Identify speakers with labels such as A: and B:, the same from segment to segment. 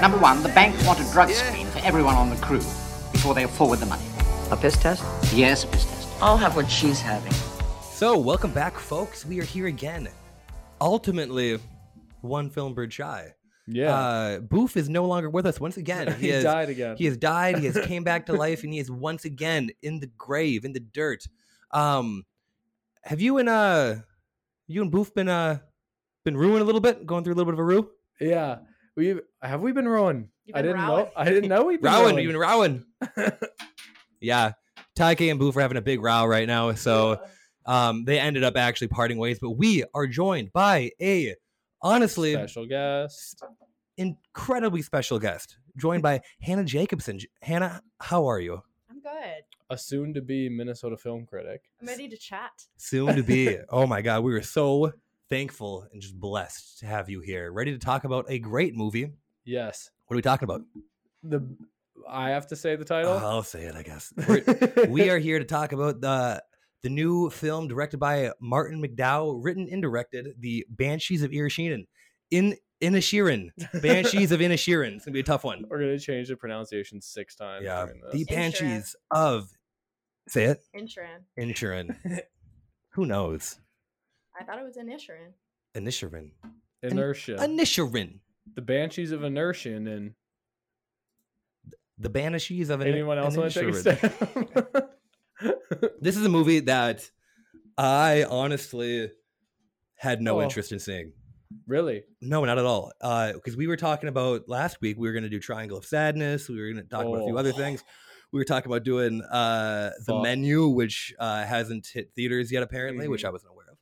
A: Number one, the bank want a drug screen for everyone on the crew before they forward the money.
B: A piss test?
A: Yes, a piss test.
B: I'll have what she's having.
C: So, welcome back, folks. We are here again. Ultimately, one film bird shy.
D: Yeah.
C: Uh, Boof is no longer with us once again.
D: he
C: has,
D: died again.
C: He has died. He has came back to life, and he is once again in the grave, in the dirt. Um, have you and uh, you and Boof been uh, been ruined a little bit, going through a little bit of a rue?
D: yeah. We have we been rowing?
E: You've
D: I
E: been
D: didn't
E: rowing?
D: know. I didn't know we've been
C: Rowan,
D: rowing.
C: you been Rowan? yeah, Taike and Boof are having a big row right now, so um, they ended up actually parting ways. But we are joined by a honestly
D: special guest.
C: incredibly special guest, joined by Hannah Jacobson. J- Hannah, how are you?
E: I'm good.
D: A soon to be Minnesota film critic.
E: I'm ready to chat.
C: Soon to be. oh my God, we were so thankful and just blessed to have you here, ready to talk about a great movie.
D: Yes.
C: What are we talking about?
D: The I have to say the title.
C: Uh, I'll say it, I guess. We're- we are here to talk about the the new film directed by Martin McDowell, written and directed, The Banshees of Inisherin. In Inisherin, Banshees of Inisherin. It's gonna be a tough one.
D: We're gonna change the pronunciation six times.
C: Yeah,
D: during
C: The
D: this.
C: Banshees of say it
E: Insuran.
C: Inisherin. Who knows?
E: I thought it was an Insuran.
C: Inisherin.
D: inertia.
C: Inisherin.
D: the Banshees of Inertia, and
C: The Banshees of Ini-
D: anyone else want to take a
C: Inisherin.
D: step?
C: This is a movie that I honestly had no
D: Oh.
C: interest in seeing.
D: really?
C: No, not at all. Because we were talking about last week, we were going to do Triangle of Sadness. We were going to talk about a few
D: Oh.
C: other things. We were talking about doing uh, the
D: Fuck.
C: menu, which uh, hasn't hit theaters yet, apparently, which
D: Mhm.
C: I wasn't aware of.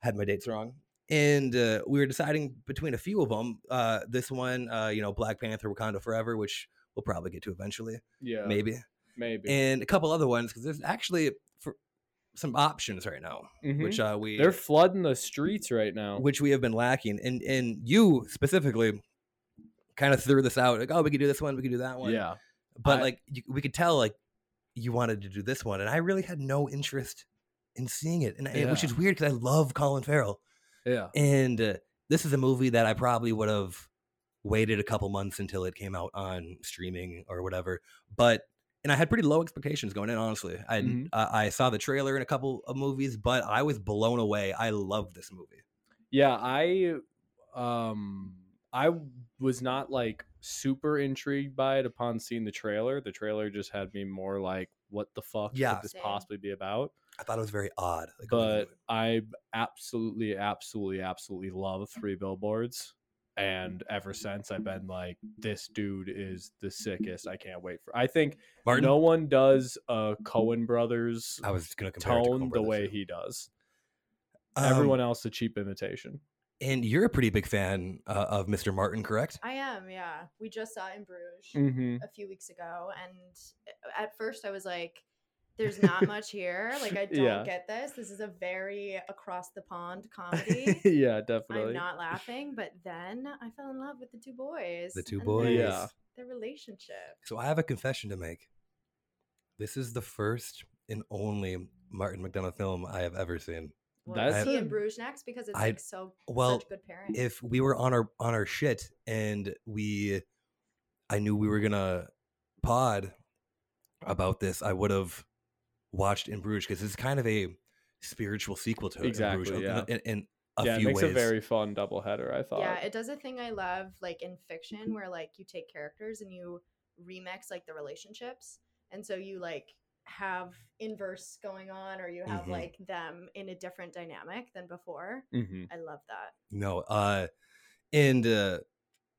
C: Had my dates wrong. And uh, we were deciding between a few of them. Uh, this one, uh, you know, Black Panther, Wakanda Forever, which we'll probably get to eventually,
D: Yeah. Maybe.
C: maybe, and a couple other ones because there's actually for some options right now,
D: Mhm.
C: which uh, we
D: They're flooding the streets right now.
C: which we have been lacking. And and you specifically kind of threw this out like, oh, we could do this one, we could do that one.
D: yeah.
C: But
D: I-
C: like you, we could tell like you wanted to do this one, and I really had no interest in seeing it, and I- which
D: Yeah.
C: is weird because I love Colin Farrell,
D: Yeah.
C: and uh, this is a movie that I probably would have waited a couple months until it came out on streaming or whatever, but. And I had pretty low expectations going in, honestly. I
D: Mhm.
C: uh, I saw the trailer in a couple of movies, but I was blown away. I love this movie.
D: Yeah, I um I w- was not like super intrigued by it upon seeing the trailer. The trailer just had me more like what the fuck
C: Yeah.
D: could this
E: Same.
D: possibly be about?
C: I thought it was very odd. Like,
D: But I absolutely absolutely absolutely love Three Billboards and ever
E: Mm-hmm.
D: since I've been like this dude is the sickest. I can't wait for. I think
C: Martin,
D: no one does a Cohen brothers
C: I was gonna compare it to
D: tone
C: Coen
D: the
C: Brothers,
D: way
C: too.
D: he does.
C: Um,
D: Everyone else a cheap imitation.
C: and you're a pretty big fan uh, of Mr. Martin, correct?
E: I am, yeah. We just saw it in Bruges
C: Mm.
D: Mhm.
E: a few weeks ago, and uh, at first I was like, there's not much here. Like, I don't
D: Yeah.
E: get this. This is a very across the pond comedy.
D: yeah, definitely.
E: I'm not laughing, but then I fell in love with the two boys.
C: The two
E: and
C: boys.
E: their-
D: Yeah.
E: Their relationship.
C: So I have a confession to make. This is the first and only Martin McDonough film I have ever seen.
E: Well,
D: That's
E: see
D: a-
E: in Bruges next because it's
C: I-
E: like so
C: well,
E: such good pairing.
C: If we were on our on our shit and we, I knew we were gonna pod about this, I would have watched In Bruges because it's kind of a spiritual sequel to
D: Exactly,
C: In Bruges uh,
D: yeah.
C: in, in a
D: yeah,
C: few
D: it makes
C: ways.
D: a very fun doubleheader. I thought.
E: Yeah, it does a thing I love, like in fiction, where like you take characters and you remix like the relationships, and so you like have inverse going on, or you have
D: Mm-hmm.
C: Mhm.
E: like them in a different dynamic than before.
C: Mm-hmm.
D: hmm
E: I love that.
C: No, uh, and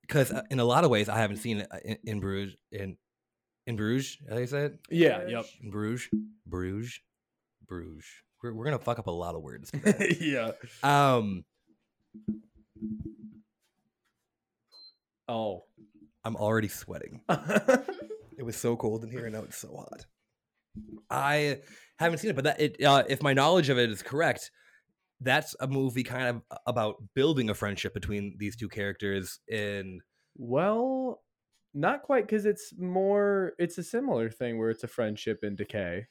C: because uh, in a lot of ways I haven't seen it uh, in, in Bruges in in Bruges. How do you say it?
D: Yeah. Yep.
C: In Bruges, Bruges, Bruges. We're, we're gonna fuck up a lot of words.
D: yeah.
C: um,
D: Oh.
C: I'm already sweating. It was so cold in here, and now it's so hot. I haven't seen it, but that it, uh, if my knowledge of it is correct, that's a movie kind of uh, about building a friendship between these two characters. And
D: well, not quite because it's more. It's a similar thing where it's a friendship in decay.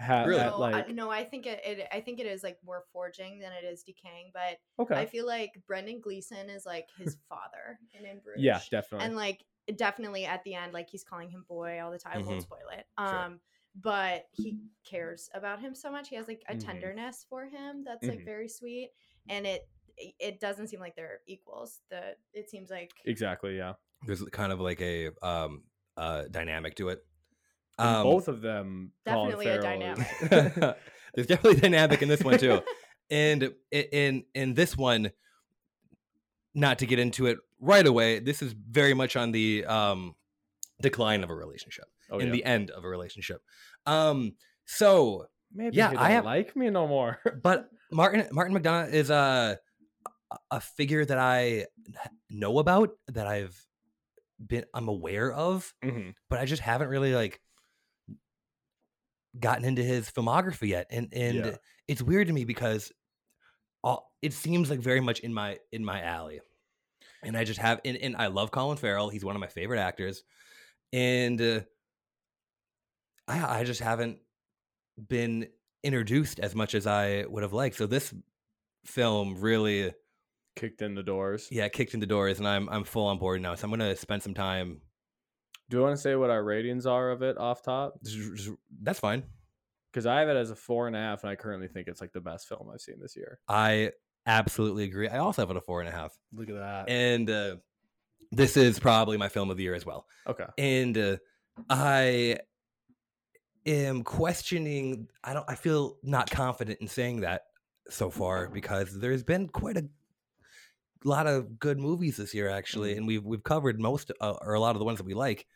D: ha-
C: Really?
D: at
E: No,
D: like
E: Oh, I, no, I think it, it. I think it is like more forging than it is decaying. But
D: okay,
E: I feel like Brendan Gleeson is like his father in In Bruges.
D: yeah, definitely.
E: and like definitely at the end, like he's calling him boy all the time.
C: Mhm.
E: Won't spoil it.
C: Sure.
E: Um, but he cares about him so much. He has like a
D: Mhm.
C: Mm-hmm.
E: tenderness for him that's
C: Mhm.
E: like very sweet, and it it- it doesn't seem like they're equals. The it seems like
C: E,
D: exactly, yeah.
C: There's kind of like a um uh dynamic to it. Um,
D: And both of them, Colin
E: Definitely a
D: Farrell is-
C: there's definitely dynamic in this one too. and i- in in this one not to get into it right away this is very much on the um decline of a relationship
D: oh,
C: in
D: yeah.
C: the e, end of a relationship um so
D: Maybe
C: Yeah,
D: he
C: I
D: don't
C: have-
D: like me no more.
C: but martin martin mcdonough is a a- a figure that i know about that i've been i'm aware of
D: Mhm.
C: but i just haven't really like gotten into his filmography yet and and
D: Yeah.
C: it's weird to me because all, it seems like very much in my in my alley and i just have and, and i love colin farrell he's one of my favorite actors and uh, i i just haven't been introduced as much as i would have liked so this film really
D: Kicked in the doors.
C: yeah kicked in the doors and i'm i'm full on board now so i'm gonna spend some time
D: Do you want to say what our ratings are of it off top?
C: just- just- that's fine
D: Because I have it as a four and a half, and I currently think it's like the best film I've seen this year.
C: i absolutely agree i also have it a four and a half
D: Look at that.
C: and uh, this is probably my film of the year as well
D: okay.
C: and uh, I am questioning. I don't. I feel not confident in saying that so far because there's been quite a lot of good movies this year, actually, and we've we've covered most uh, or a lot of the ones that we like.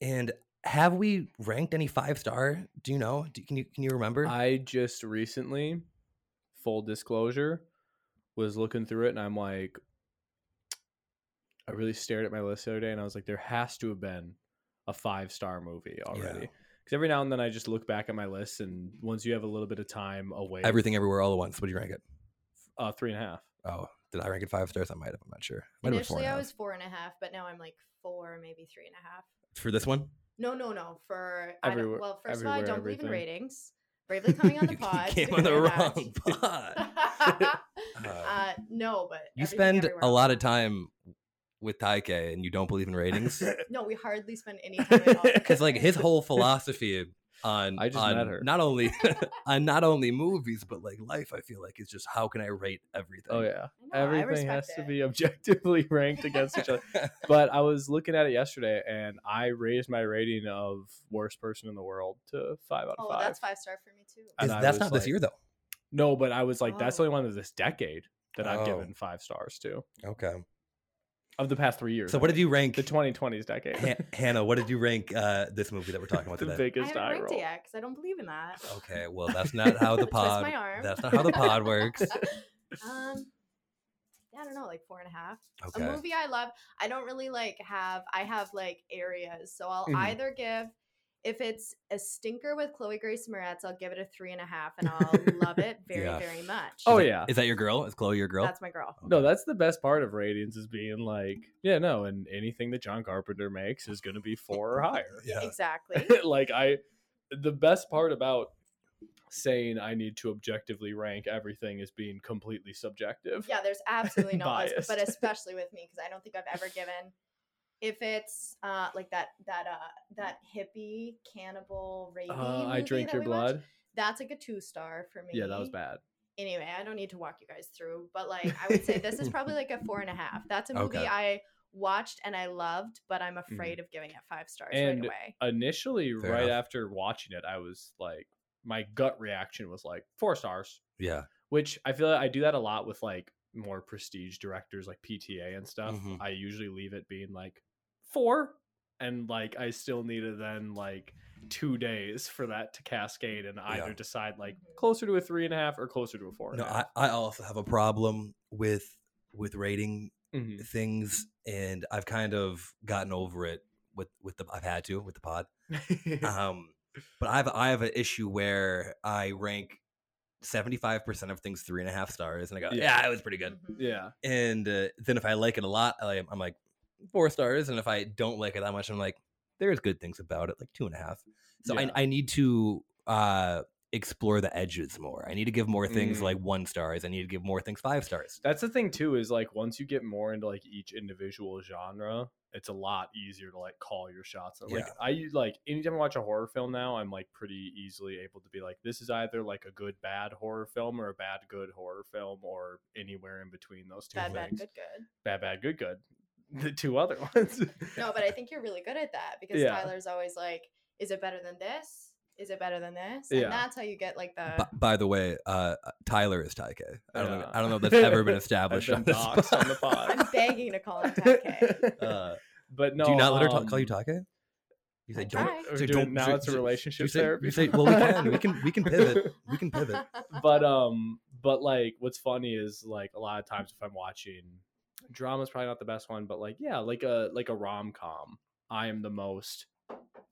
C: And have we ranked any five star? Do you know? Do, can you can you remember?
D: I just recently, full disclosure, was looking through it and I'm like, I really stared at my list the other day and I was like, there has to have been a five star movie already. Because every now and then I just look back at my list and once you have a little bit of time away,
C: Everything, everywhere, all at once. Would you rank it?
D: uh, three and a half.
C: Oh, did I rank it five stars? I might have. I'm not sure. Might have been four
E: initially
C: and a
E: I
C: half.
E: was four and a half, but now I'm like four, maybe three and a half.
C: for this one.
E: No, no, no. For I
D: Everywhere-
E: don't, well, first of all, I
D: everywhere,
E: don't
D: everything.
E: believe in ratings. Bravely coming on the
C: You
E: pod.
C: came
E: stick
C: on the
E: with that.
C: wrong pod. Uh,
E: uh, no, but
C: You
E: everything
C: spend
E: everywhere
C: a
E: all
C: lot of
E: at
C: time with Taike and you don't believe in ratings.
E: once. No, we hardly spend any time at all.
C: Because like his whole philosophy on
D: I just
C: on
D: met her.
C: not only on not only movies but like life, I feel like is just how can I rate everything?
D: Oh, yeah.
E: I know, I
D: Everything has
E: respect
D: to
E: it.
D: be objectively ranked against each other. but I was looking at it yesterday and I raised my rating of worst person in the world to five out of
E: Oh,
D: five.
E: that's five star for me too.
D: And
C: Is-
D: I
C: that's
D: was
C: not this
D: like-
C: year though.
D: No, but I was like, that's the
E: Oh.
D: only one of this decade that I've
C: Oh.
D: given five stars to
C: Okay.
D: of the past three years.
C: So
D: I
C: what did
D: mean.
C: you rank
D: The 2020s decade.
C: Han- Hannah, what did you rank uh, this movie that we're talking about
D: the
C: today?
E: I
D: biggest
E: haven't
D: eye
E: ranked
D: roll.
E: it yet because I don't believe in that.
C: Okay, well that's not how the
E: Twist my
C: pod
E: arm.
C: that's not how the pod works.
E: Um, yeah, I don't know, like four and a half.
C: Okay.
E: a movie I love. I don't really like have I have like areas. So I'll
C: Mhm.
E: either give if it's a stinker with Chloe Grace Moretz, I'll give it a three and a half and I'll love it very,
C: Yeah.
E: very much.
D: Oh
C: Is that-
D: yeah.
C: Is that your girl? Is Chloe your girl?
E: That's my girl.
D: No,
C: Okay.
D: that's the best part of ratings is being like, yeah, no, and anything that John Carpenter makes is going to be four or higher.
C: yeah.
E: Exactly.
D: like I the best part about saying I need to objectively rank everything is being completely subjective.
E: yeah, there's absolutely no bias, but
D: Biased.
E: especially with me because I don't think I've ever given if it's uh like that that uh that hippie cannibal rapey
D: Uh, I
E: movie
D: drink
E: that
D: your
E: we watched,
D: blood.
E: that's like a two star for me.
D: Yeah, that was bad.
E: anyway, I don't need to walk you guys through, but like I would say this is probably like a four and a half. That's a movie
C: Okay.
E: I watched and I loved, but I'm afraid of giving it five stars
D: Mm-hmm. And-
E: right away.
D: Initially,
C: Fair
D: right
C: enough.
D: after watching it, I was like, my gut reaction was like four stars,
C: yeah.
D: which I feel like I do that a lot with like more prestige directors like PTA and stuff.
C: Mhm.
D: I usually leave it being like four, and like I still need to then like two days for that to cascade and either
C: Yeah.
D: decide like
E: Mhm.
D: closer to a three and a half or closer to a four. and
C: No,
D: a
C: I,
D: half.
C: I also have a problem with with rating
D: Mhm.
C: things and I've kind of gotten over it with with the I've had to with the pod.
D: Mm-hmm.
C: Um but I've I have an issue where I rank seventy five percent of things three and a half stars and I go,
D: Yeah.
C: Yeah, it was pretty good.
E: Mhm.
D: yeah,
C: And uh, then if I like it a lot, I, I'm like four stars. And if I don't like it that much, I'm like, there's good things about it, like two and a half. So
D: Yeah.
C: I, I need to uh explore the edges more. I need to give more things
D: Mm.
C: like one stars. I need to give more things five stars.
D: That's the thing too is like once you get more into like each individual genre, it's a lot easier to like call your shots. Like
C: Yeah.
D: I like anytime I watch a horror film now, I'm like pretty easily able to be like this is either like a good bad horror film or a bad good horror film or anywhere in between those two
E: Bad, bad,
D: things.
E: good, good.
D: Bad bad good good. The two other ones.
E: No, but I think you're really good at that because
D: Yeah.
E: Tyler's always like, "Is it better than this? Is it better than this?" And
D: Yeah.
E: that's how you get like the.
C: B- by the way, uh, Tyler is Taike. I don't know.
D: Yeah.
C: I don't know if that's ever been
D: I've
C: established
D: been
C: on, this
D: doxxed on the
C: pod.
E: I'm begging to call him Taike.
C: Uh,
D: but no,
C: do you not let her ta- call
D: um,
C: you Taike? You say
E: I
C: don't.
E: try.
D: Or
C: say,
D: do it
C: don't
D: now
C: say-
D: it's a
C: say-
D: relationship
C: you say,
D: therapy.
C: You say, well, we can. We can. We can pivot. We can pivot.
D: but um but like what's funny is like a lot of times if i'm watching drama's probably not the best one but like yeah like a like a rom-com i am the most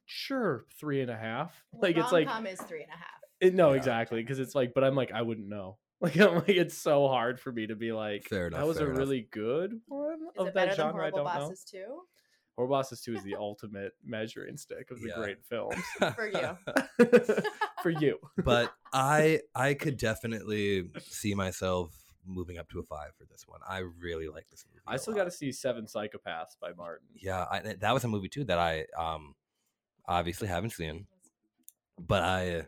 D: sure three and a half like it's like
E: rom-com is three and a half.
D: it, no
C: Yeah.
D: exactly because it's like but i'm like i wouldn't know like i'm like it's so hard for me to be like
C: Fair enough,
D: that was
C: fair
D: a
C: enough.
D: really good one
E: Is
D: of
E: it better
D: that
E: than
D: genre i
E: horrible
D: don't
E: bosses too?
D: know horror bosses 2 is the ultimate measuring stick of the
C: Yeah.
D: great films
E: For you.
D: for you
C: but I I could definitely see myself moving up to a five for this one. I really like this movie.
D: i
C: a
D: still
C: lot.
D: got to see seven psychopaths by martin
C: Yeah, I, th- that was a movie too that I um obviously haven't seen, but I uh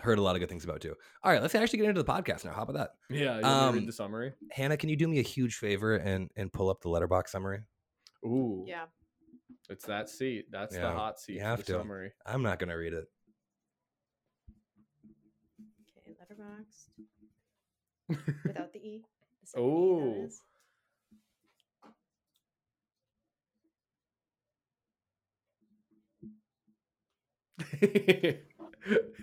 C: heard a lot of good things about too. All right, let's actually get into the podcast now. How about that,
D: yeah you want me to
C: Um,
D: read the summary
C: Hannah? Can you do me a huge favor and and pull up the letterbox summary?
D: Ooh,
E: Yeah.
D: It's that seat. That's the
C: Yeah,
D: hot seat.
C: you
D: for
C: have
D: the
C: to.
D: summary.
C: I'm not gonna read it.
E: Okay, letterboxed. Without the E. the second E, that
D: Ooh.
E: is.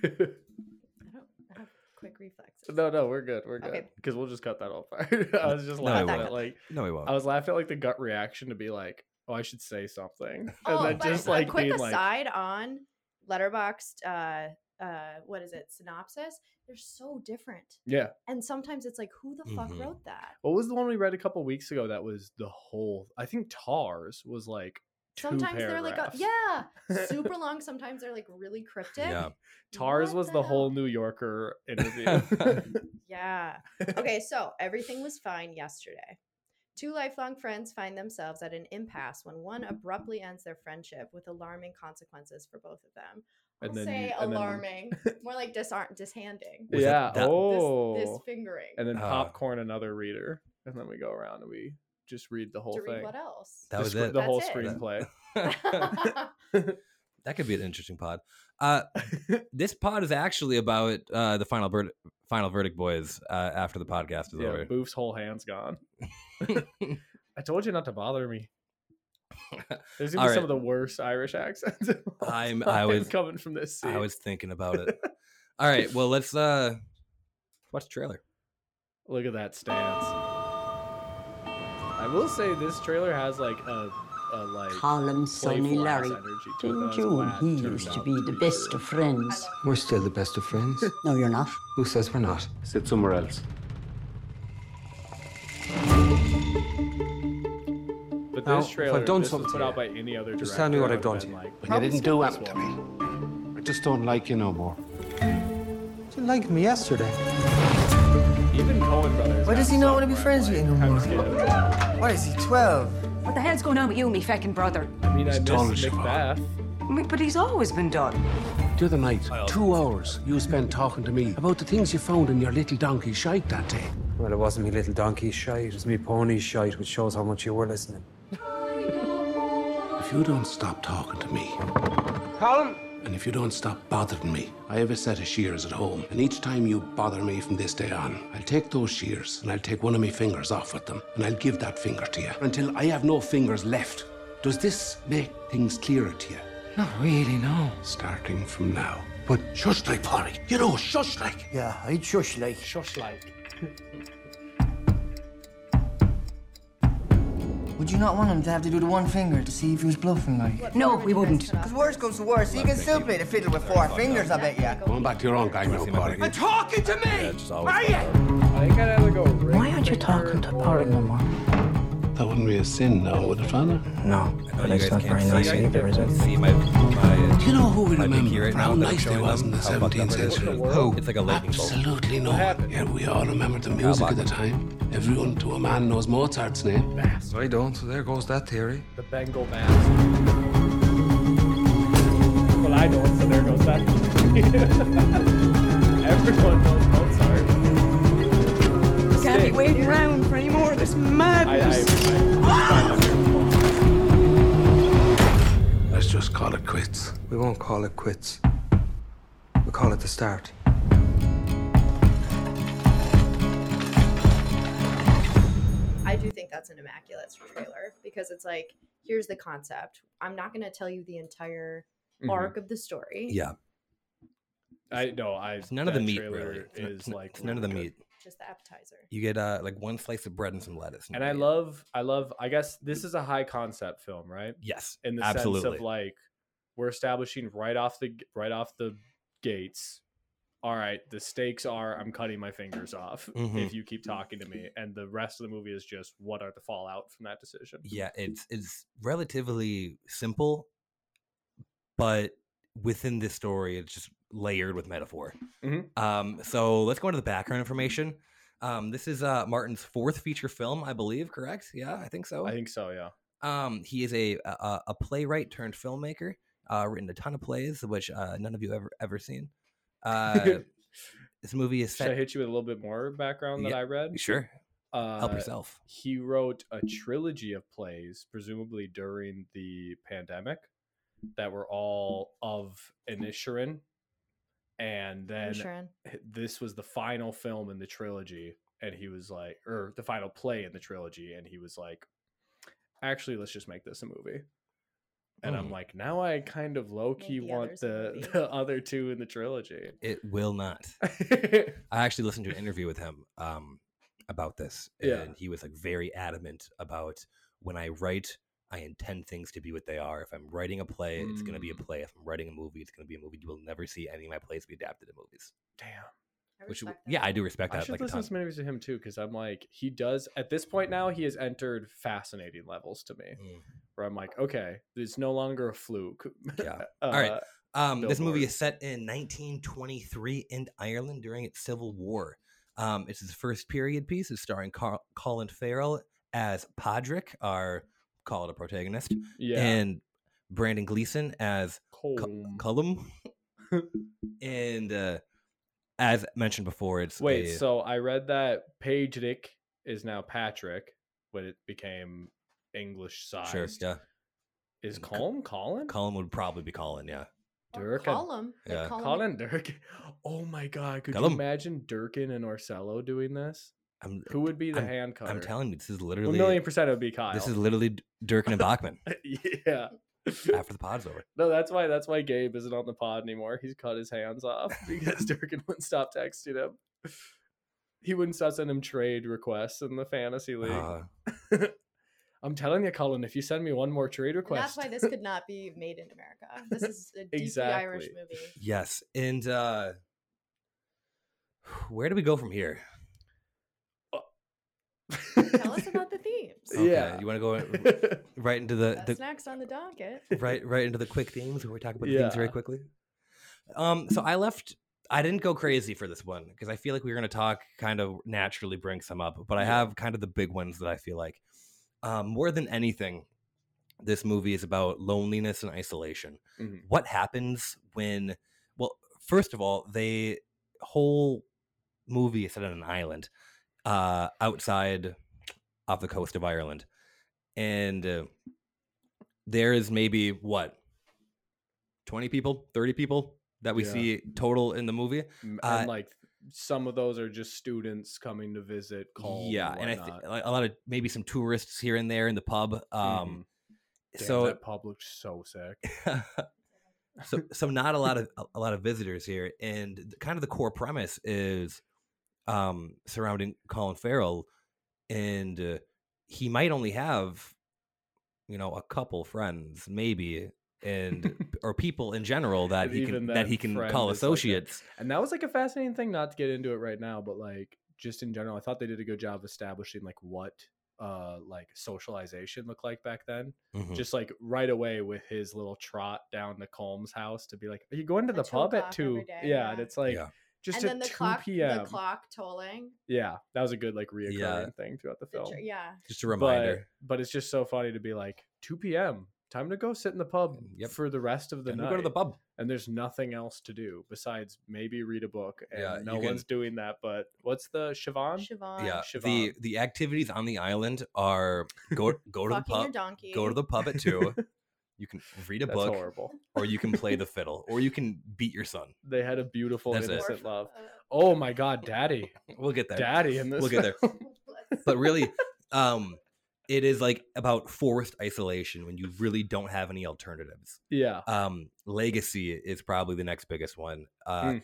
E: I don't have quick reflexes.
D: no, no, we're good. We're
E: Okay.
D: good. Because we'll just cut that whole part. I was just
C: No,
D: laughing
E: we
D: at
E: won't.
D: like
C: No, we won't.
D: I was laughing at like the gut reaction to be like, oh, I should say something, and then
E: Oh, but
D: just
E: a
D: like
E: quick
D: being like,
E: aside on letterboxed uh uh what is it synopsis they're so different
D: yeah.
E: and sometimes it's like who the fuck
C: Mhm.
E: wrote that
D: What was the one we read a couple weeks ago that was the whole? I think Tars was like two
E: sometimes they're like a,
D: paragraphs.
E: yeah super long sometimes they're like really cryptic
C: Yeah.
D: Tars
E: What
D: was the,
E: hell?
D: whole New Yorker interview.
E: yeah okay so everything was fine yesterday two lifelong friends find themselves at an impasse when one abruptly ends their friendship with alarming consequences for both of them I'll
D: and then
E: say
D: you, and then-
E: alarming more like disar- dishanding
C: Was that-
D: yeah.
C: that-
D: oh,
E: this, this fingering
D: and then
C: Uh,
D: popcorn another reader, and then we go around and we just read the whole
E: to
D: thing.
E: read what else?
C: That
D: the
C: was
D: scr-
C: it.
D: The whole
E: That's it.
D: screenplay.
C: that could be an interesting pod. Uh, this pod is actually about uh, the final bird, final verdict, boys. Uh, after the podcast is
D: yeah,
C: over,
D: Boof's whole hand's gone. I told you not to bother me. There's gonna be
C: All
D: some
C: right.
D: of the worst Irish accents. of all
C: I'm- I
D: time
C: was-
D: coming from this. Seat.
C: I was thinking about it. All right, well let's uh watch the trailer.
D: Look at that stance. I will say this trailer has like a, a like
F: Colin, Sonny,
D: playful ass
F: Larry.
D: energy to it
F: Didn't
D: that I was
F: you and
D: glad
F: he
D: turned
F: used to
D: out
F: be the best
D: true.
F: of friends?
G: We're still the best of friends.
F: No, you're not.
G: Who says we're not?
H: Sit somewhere else.
D: But
G: Now,
D: this
G: if I've
D: trailer,
G: done
D: this was
G: something
D: put
G: to
D: out
G: you,
D: by any other director.
G: just tell me what
D: I
G: I've done
D: would've
G: to
D: been
G: you.
D: like,
H: When you
D: probably
H: didn't do
D: skip
H: anything
D: this
H: to
D: one.
H: me. I just don't like you no more.
G: You liked me yesterday.
D: Even Cohen Brothers.
G: Why
D: have
G: does he not wanna be
D: somewhere,
G: friends with you no
D: I'm
G: more?
D: scared.
G: Why is he 12?
I: What the hell's going on with you and me feckin' brother?
D: I mean, I
H: He's
D: miss
H: dull as
D: Macbeth.
I: I mean, But he's always been done.
H: The other night, two hours you spent talking to me about the things you found in your little donkey shite that day.
G: Well, it wasn't me little donkey shite, it was me pony shite, which shows how much you were listening.
H: If you don't stop talking to me,
G: Colin!
H: and if you don't stop bothering me, I have a set of shears at home, and each time you bother me from this day on, I'll take those shears and I'll take one of my fingers off with them, and I'll give that finger to you until I have no fingers left. Does this make things clearer to you?
G: Not really, no.
H: Starting from now. But shush like, Polly. You know, shush like.
G: Yeah, I'd shush like.
D: Shush like.
G: Would you not want him to have to do the one finger to see if he was bluffing like?
E: What
I: No,
E: part would
I: we
E: you guys
I: wouldn't.
E: cut off?
G: If worse comes to worse, he can still play the fiddle with four fingers, I bet ya.
H: Going back to your own guy now, Polly.
G: And talking to me!
C: Yeah, just always.
D: I think I'd either go.
I: Why aren't you talking to Porrig no more?
H: That wouldn't be a sin now, would it, Father?
G: No, but
C: you
G: it's
C: guys
G: not
C: can't
G: very
C: see.
G: nice
C: I can
G: either, is
C: definitely
G: it?
C: See my, my,
H: Do you know who we
C: my pinky
H: remember?
C: right
H: how
C: now. that I'm
H: nice they
C: showing
H: was
C: them
H: in the
C: how fucked up
H: 17th
C: it is.
H: century.
G: Oh.
C: Who? It's like a lightning bolt.
H: Absolutely no one. Yeah, we all remember the music of the time. Everyone to a man knows Mozart's name.
G: I don't, so there goes that theory.
D: The Bengal Bass. Well, I know it, so there goes that. Everyone knows Mozart.
I: Can't be
D: Sick.
I: waiting around for any more of this madness.
H: Let's just call it quits.
G: We won't call it quits. We'll call it the start.
E: I do think that's an immaculate trailer because it's like, here's the concept. I'm not going to tell you the entire arc of the story.
C: Mm-hmm. Yeah,
D: Mm-hmm. I know. I
C: it's none of the
D: that
C: meat
D: trailer
C: really. It's, n-
D: is
C: it's n-
D: like
C: it's none of the
D: not good.
C: meat.
E: Just the appetizer.
C: You get uh, like one slice of bread and some lettuce.
D: And I
C: you're-
D: love, I love. I guess this is a high concept film, right?
C: yes,
D: in the
C: absolutely.
D: sense of like we're establishing right off the right off the gates all right the stakes are i'm cutting my fingers off
C: Mhm.
D: if you keep talking to me and the rest of the movie is just what are the fallout from that decision
C: yeah, it's it's relatively simple, but within this story, it's just layered with metaphor.
D: Mhm.
C: Um, so let's go into the background information. Um, this is uh, Martin's fourth feature film, I believe. Correct? Yeah, I think so.
D: i think so yeah
C: Um, he is a a, a playwright turned filmmaker. Uh, written a ton of plays, which uh, none of you ever ever seen. Uh, this movie is
D: should i
C: set.
D: hit you with a little bit more background that
C: Yeah,
D: i read
C: Sure,
D: uh,
C: help yourself.
D: he wrote a trilogy of plays, presumably during the pandemic, that were all of Inisherin. And then
E: Sharon.
D: h- this was the final film in the trilogy and he was like or the final play in the trilogy and he was like actually let's just make this a movie and i'm
C: Hmm.
D: like now i kind of low-key
E: the
D: want
E: others a
D: the,
E: movie.
D: the other two in the trilogy
C: It will not. I actually listened to an interview with him um, about this, and
D: Yeah.
C: he was like very adamant about when I write, I intend things to be what they are. If I'm writing a play, it's going to be a
D: Mm.
C: play. If I'm writing a movie, it's going to be a movie. You will never see any of my plays be adapted to movies.
D: damn
E: I
C: Which,
E: respect that.
C: yeah, I do respect
D: i
C: that.
D: should
C: Like a
D: listen
C: ton.
D: to some interviews with him too because i'm like he does at this point now he has entered fascinating levels to me
C: Mm.
D: where i'm like okay it's no longer a fluke
C: Yeah.
D: uh,
C: right. Um, this movie
D: Billboard.
C: is set in 1923 in Ireland during its Civil War. Um, it's his first period piece. It's starring Carl, Colin Farrell as Podrick, our call it a protagonist,
D: yeah
C: and Brandon Gleeson as Cu-
D: Colm.
C: Cullum. and uh, as mentioned before, it's
D: Wait,
C: a-
D: so I read that Pagedick is now Patrick, when it became English sized.
C: sure, yeah,
D: Is
C: C-
D: Colm Colin?
C: Cullum would probably be Colin, yeah.
E: Or
D: Dirk and-
E: Colum, like
C: yeah.
E: Colum-
D: Colin Dirk. Oh my god, could
C: Colm.
D: you imagine Durkin and Orsello doing this?
C: I'm,
D: Who would be the
C: I'm-
D: hand cutter?
C: I'm telling you, this is
D: you, a
C: literally
D: million percent it would be Kyle.
C: this is literally Durkin and Bachman
D: yeah.
C: after the pod's over.
D: No, that's why that's why Gabe isn't on the pod anymore. He's cut his hands off because Durkin wouldn't stop texting him. He wouldn't stop sending him trade requests in the fantasy league.
C: Uh,
D: I'm telling you, Colin, if you send me one more trade
E: And
D: request,
E: that's why this could not be made in America. This is a deeply Irish
D: Exactly.
E: movie.
C: Yes. And uh where do we go from here?
E: Tell us about the themes.
D: Okay. Yeah.
C: You want to go in- right into Oh, the,
E: That's
C: the
E: next on the docket.
C: right right into the quick themes where we talk about the themes very
D: Yeah.
C: quickly? Um so I left I didn't go crazy for this one because I feel like we were going to talk kind of naturally bring some up, but I have kind of the big ones that I feel like um more than anything this movie is about loneliness and isolation.
D: Mhm.
C: What happens when well first of all they whole movie is set on an island uh, outside off the coast of Ireland, and uh, there is maybe what twenty people, thirty people that we
D: Yeah.
C: see total in the movie.
D: M-
C: Uh,
D: and like some of those are just students coming to visit. Call
C: yeah, and I
D: think
C: th- like, a lot of maybe some tourists here and there in the pub.
D: Mm-hmm.
C: Um,
D: so
C: so
D: Mm. that pub looks so sick.
C: so so not a lot of a- a lot of visitors here and th- kind of the core premise is um surrounding colin farrell and uh, he might only have you know a couple friends maybe and or people in general that
D: And
C: he can
D: even
C: that
D: that
C: he can
D: friend
C: call
D: is like a-
C: associates
D: And that was like a fascinating thing. Not to get into it right now, but like just in general, I thought they did a good job of establishing like what uh like socialization look like back then
C: Mhm.
D: just like right away with his little trot down to Colm's house to be like, "Are you going to
E: At
D: the
E: two
D: pub at
E: o'clock every
D: two?
E: day,
D: yeah, and
E: yeah.
D: it's like
C: Yeah.
D: just
E: and then
D: at
E: the
D: two
E: clock,
D: p.m.
E: the clock tolling.
D: Yeah, that was a good like reoccurring
C: Yeah.
D: thing throughout the
E: The
D: film.
E: tr- yeah,
C: Just a
D: but
C: reminder.
D: but it's just so funny to be like two p.m. Time to go sit in the pub
C: Mm, Yep.
D: for the rest of the
C: Time to
D: night.
C: go to the pub.
D: and there's nothing else to do besides maybe read a book. And
C: Yeah,
D: no
C: you
D: one's doing that. But what's the Siobhan?
E: Siobhan.
C: Yeah. The
D: Siobhan.
C: the activities on the island are go go to the
E: fucking your
C: pub.
E: donkey.
C: Go to the pub at two. You can read a
D: That's
C: book,
D: horrible.
C: or you can play the fiddle, or you can beat your son.
D: They had a beautiful
C: That's it.
D: innocent love.
E: Uh,
D: Oh my god, daddy,
C: We'll get there.
D: daddy, in this.
C: We'll get there.
D: film.
E: let's-
C: but really um it is like about forced isolation when you really don't have any alternatives
D: yeah.
C: um legacy is probably the next biggest one uh
D: Mm.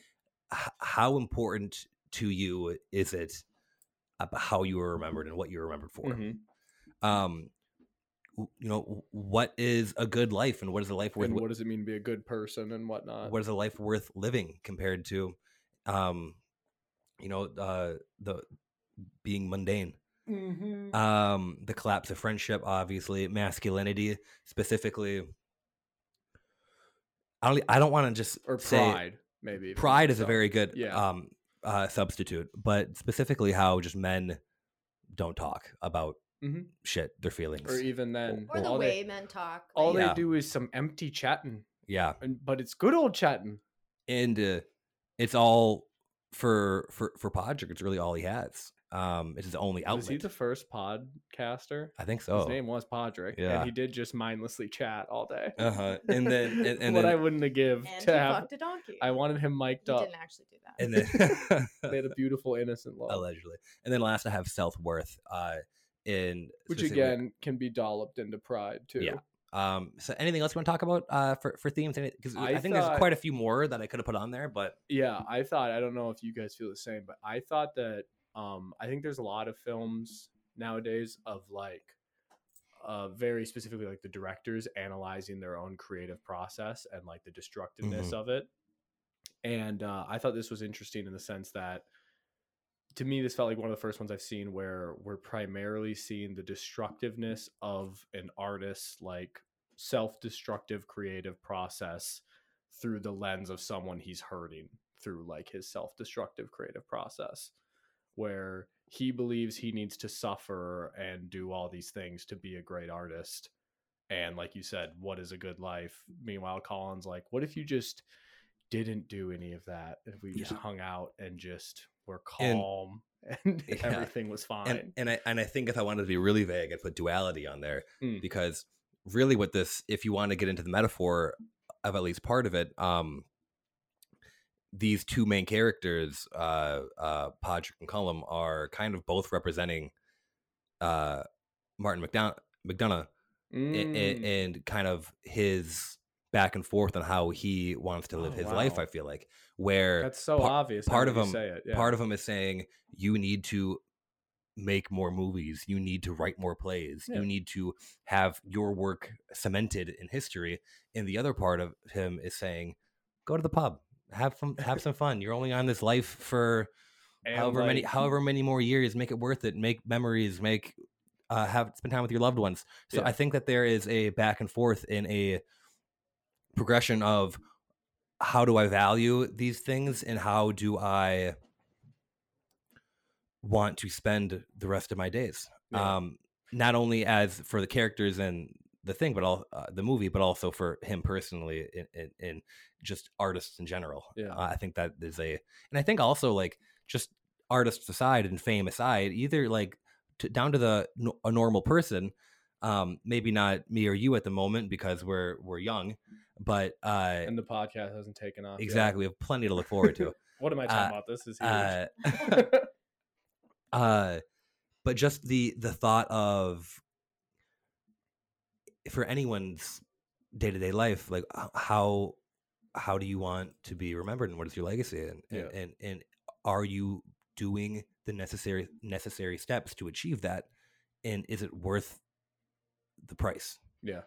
C: h- how important to you is it ab- how you were remembered and what you were remembered for
D: Mhm.
C: um w- you know w- what is a good life and what is a life worth
D: and
C: wi-
D: what does it mean to be a good person and whatnot?
C: what is a life worth living compared to um you know uh the being mundane um the collapse of friendship obviously masculinity specifically i don't i don't want to just
D: or
C: say
D: pride, maybe. even,
C: pride is a
D: so.
C: very good
D: Yeah.
C: um uh substitute but specifically how just men don't talk about
D: Mhm.
C: shit their feelings
D: Or e even then,
E: or the
D: all,
E: way
D: they,
E: men talk.
D: all
E: like,
C: Yeah.
D: they do is some empty chatting,
C: yeah
D: and but it's good old chatting.
C: and uh, it's all for for for podrick it's really all he has um it's his only outlet
D: Was he the first podcaster?
C: i think
D: His
C: so
D: name was Podrick,
C: Yeah.
D: and he did just mindlessly chat all day.
C: Uh-huh, and then- and- and
D: what
C: then-
D: I wouldn't have give
E: and he
D: to have.
E: fucked a donkey.
D: I wanted him mic'd
E: He
D: up.
E: didn't actually do that.
C: and then
D: They had a beautiful, innocent love,
C: allegedly and then last i have self-worth uh in
D: which
C: specifically-
D: again can be dolloped into pride too.
C: Yeah. Um, so anything else you want to talk about uh, for for themes? Because I,
D: I
C: think
D: thought-
C: there's quite a few more that I could have put on there, but
D: yeah i thought i don't know if you guys feel the same but i thought that um i think there's a lot of films nowadays of like uh very specifically like the directors analyzing their own creative process and like the destructiveness of it and uh, i thought this was interesting in the sense that to me this felt like one of the first ones i've seen where we're primarily seeing the destructiveness of an artist's like self-destructive creative process through the lens of someone he's hurting through like his self-destructive creative process where he believes he needs to suffer and do all these things to be a great artist and like you said what is a good life meanwhile colin's like what if you just didn't do any of that if we just
C: Yeah.
D: hung out and just were
C: And-
D: calm and,
C: Yeah.
D: everything was fine
C: and and I and I think if I wanted to be really vague, I'd put duality on there
D: Mm.
C: because really, with this, if you want to get into the metaphor of at least part of it, um, these two main characters, uh, uh, Podrick and Cullum, are kind of both representing uh, Martin McDonough, McDonough a- a-
D: Mm.
C: and kind of his back and forth on how he wants to live
D: Oh,
C: his life.
D: wow.
C: I feel like where
D: that's so
C: par-
D: obvious now
C: eh, part
D: that
C: of
D: you
C: him-
D: say it. Yeah.
C: part of him is saying you need to make more movies, you need to write more plays,
D: Yeah.
C: you need to have your work cemented in history, and the other part of him is saying go to the pub, have some have some fun. You're only on this life for
D: And,
C: however many
D: like,
C: however many more years make it worth it make memories make uh have spend time with your loved ones so
D: Yeah.
C: i think that there is a back and forth in a progression of how do i value these things and how do i want to spend the rest of my days
D: Yeah.
C: um not only as for the characters and the thing but all uh, the movie but also for him personally and, and, and just artists in general
D: Yeah.
C: uh, i think that is a and i think also like just artists aside and fame aside either like to, down to the no- a normal person um maybe not me or you at the moment because we're we're young but uh
D: and the podcast hasn't taken off yet.
C: exactly we have plenty to look forward to
D: What am I talking
C: Uh,
D: about? This is huge.
C: uh uh but just the the thought of for anyone's day-to-day life like h- how how do you want to be remembered and what is your legacy and and,
D: Yeah.
C: and and are you doing the necessary necessary steps to achieve that and is it worth the price
D: yeah,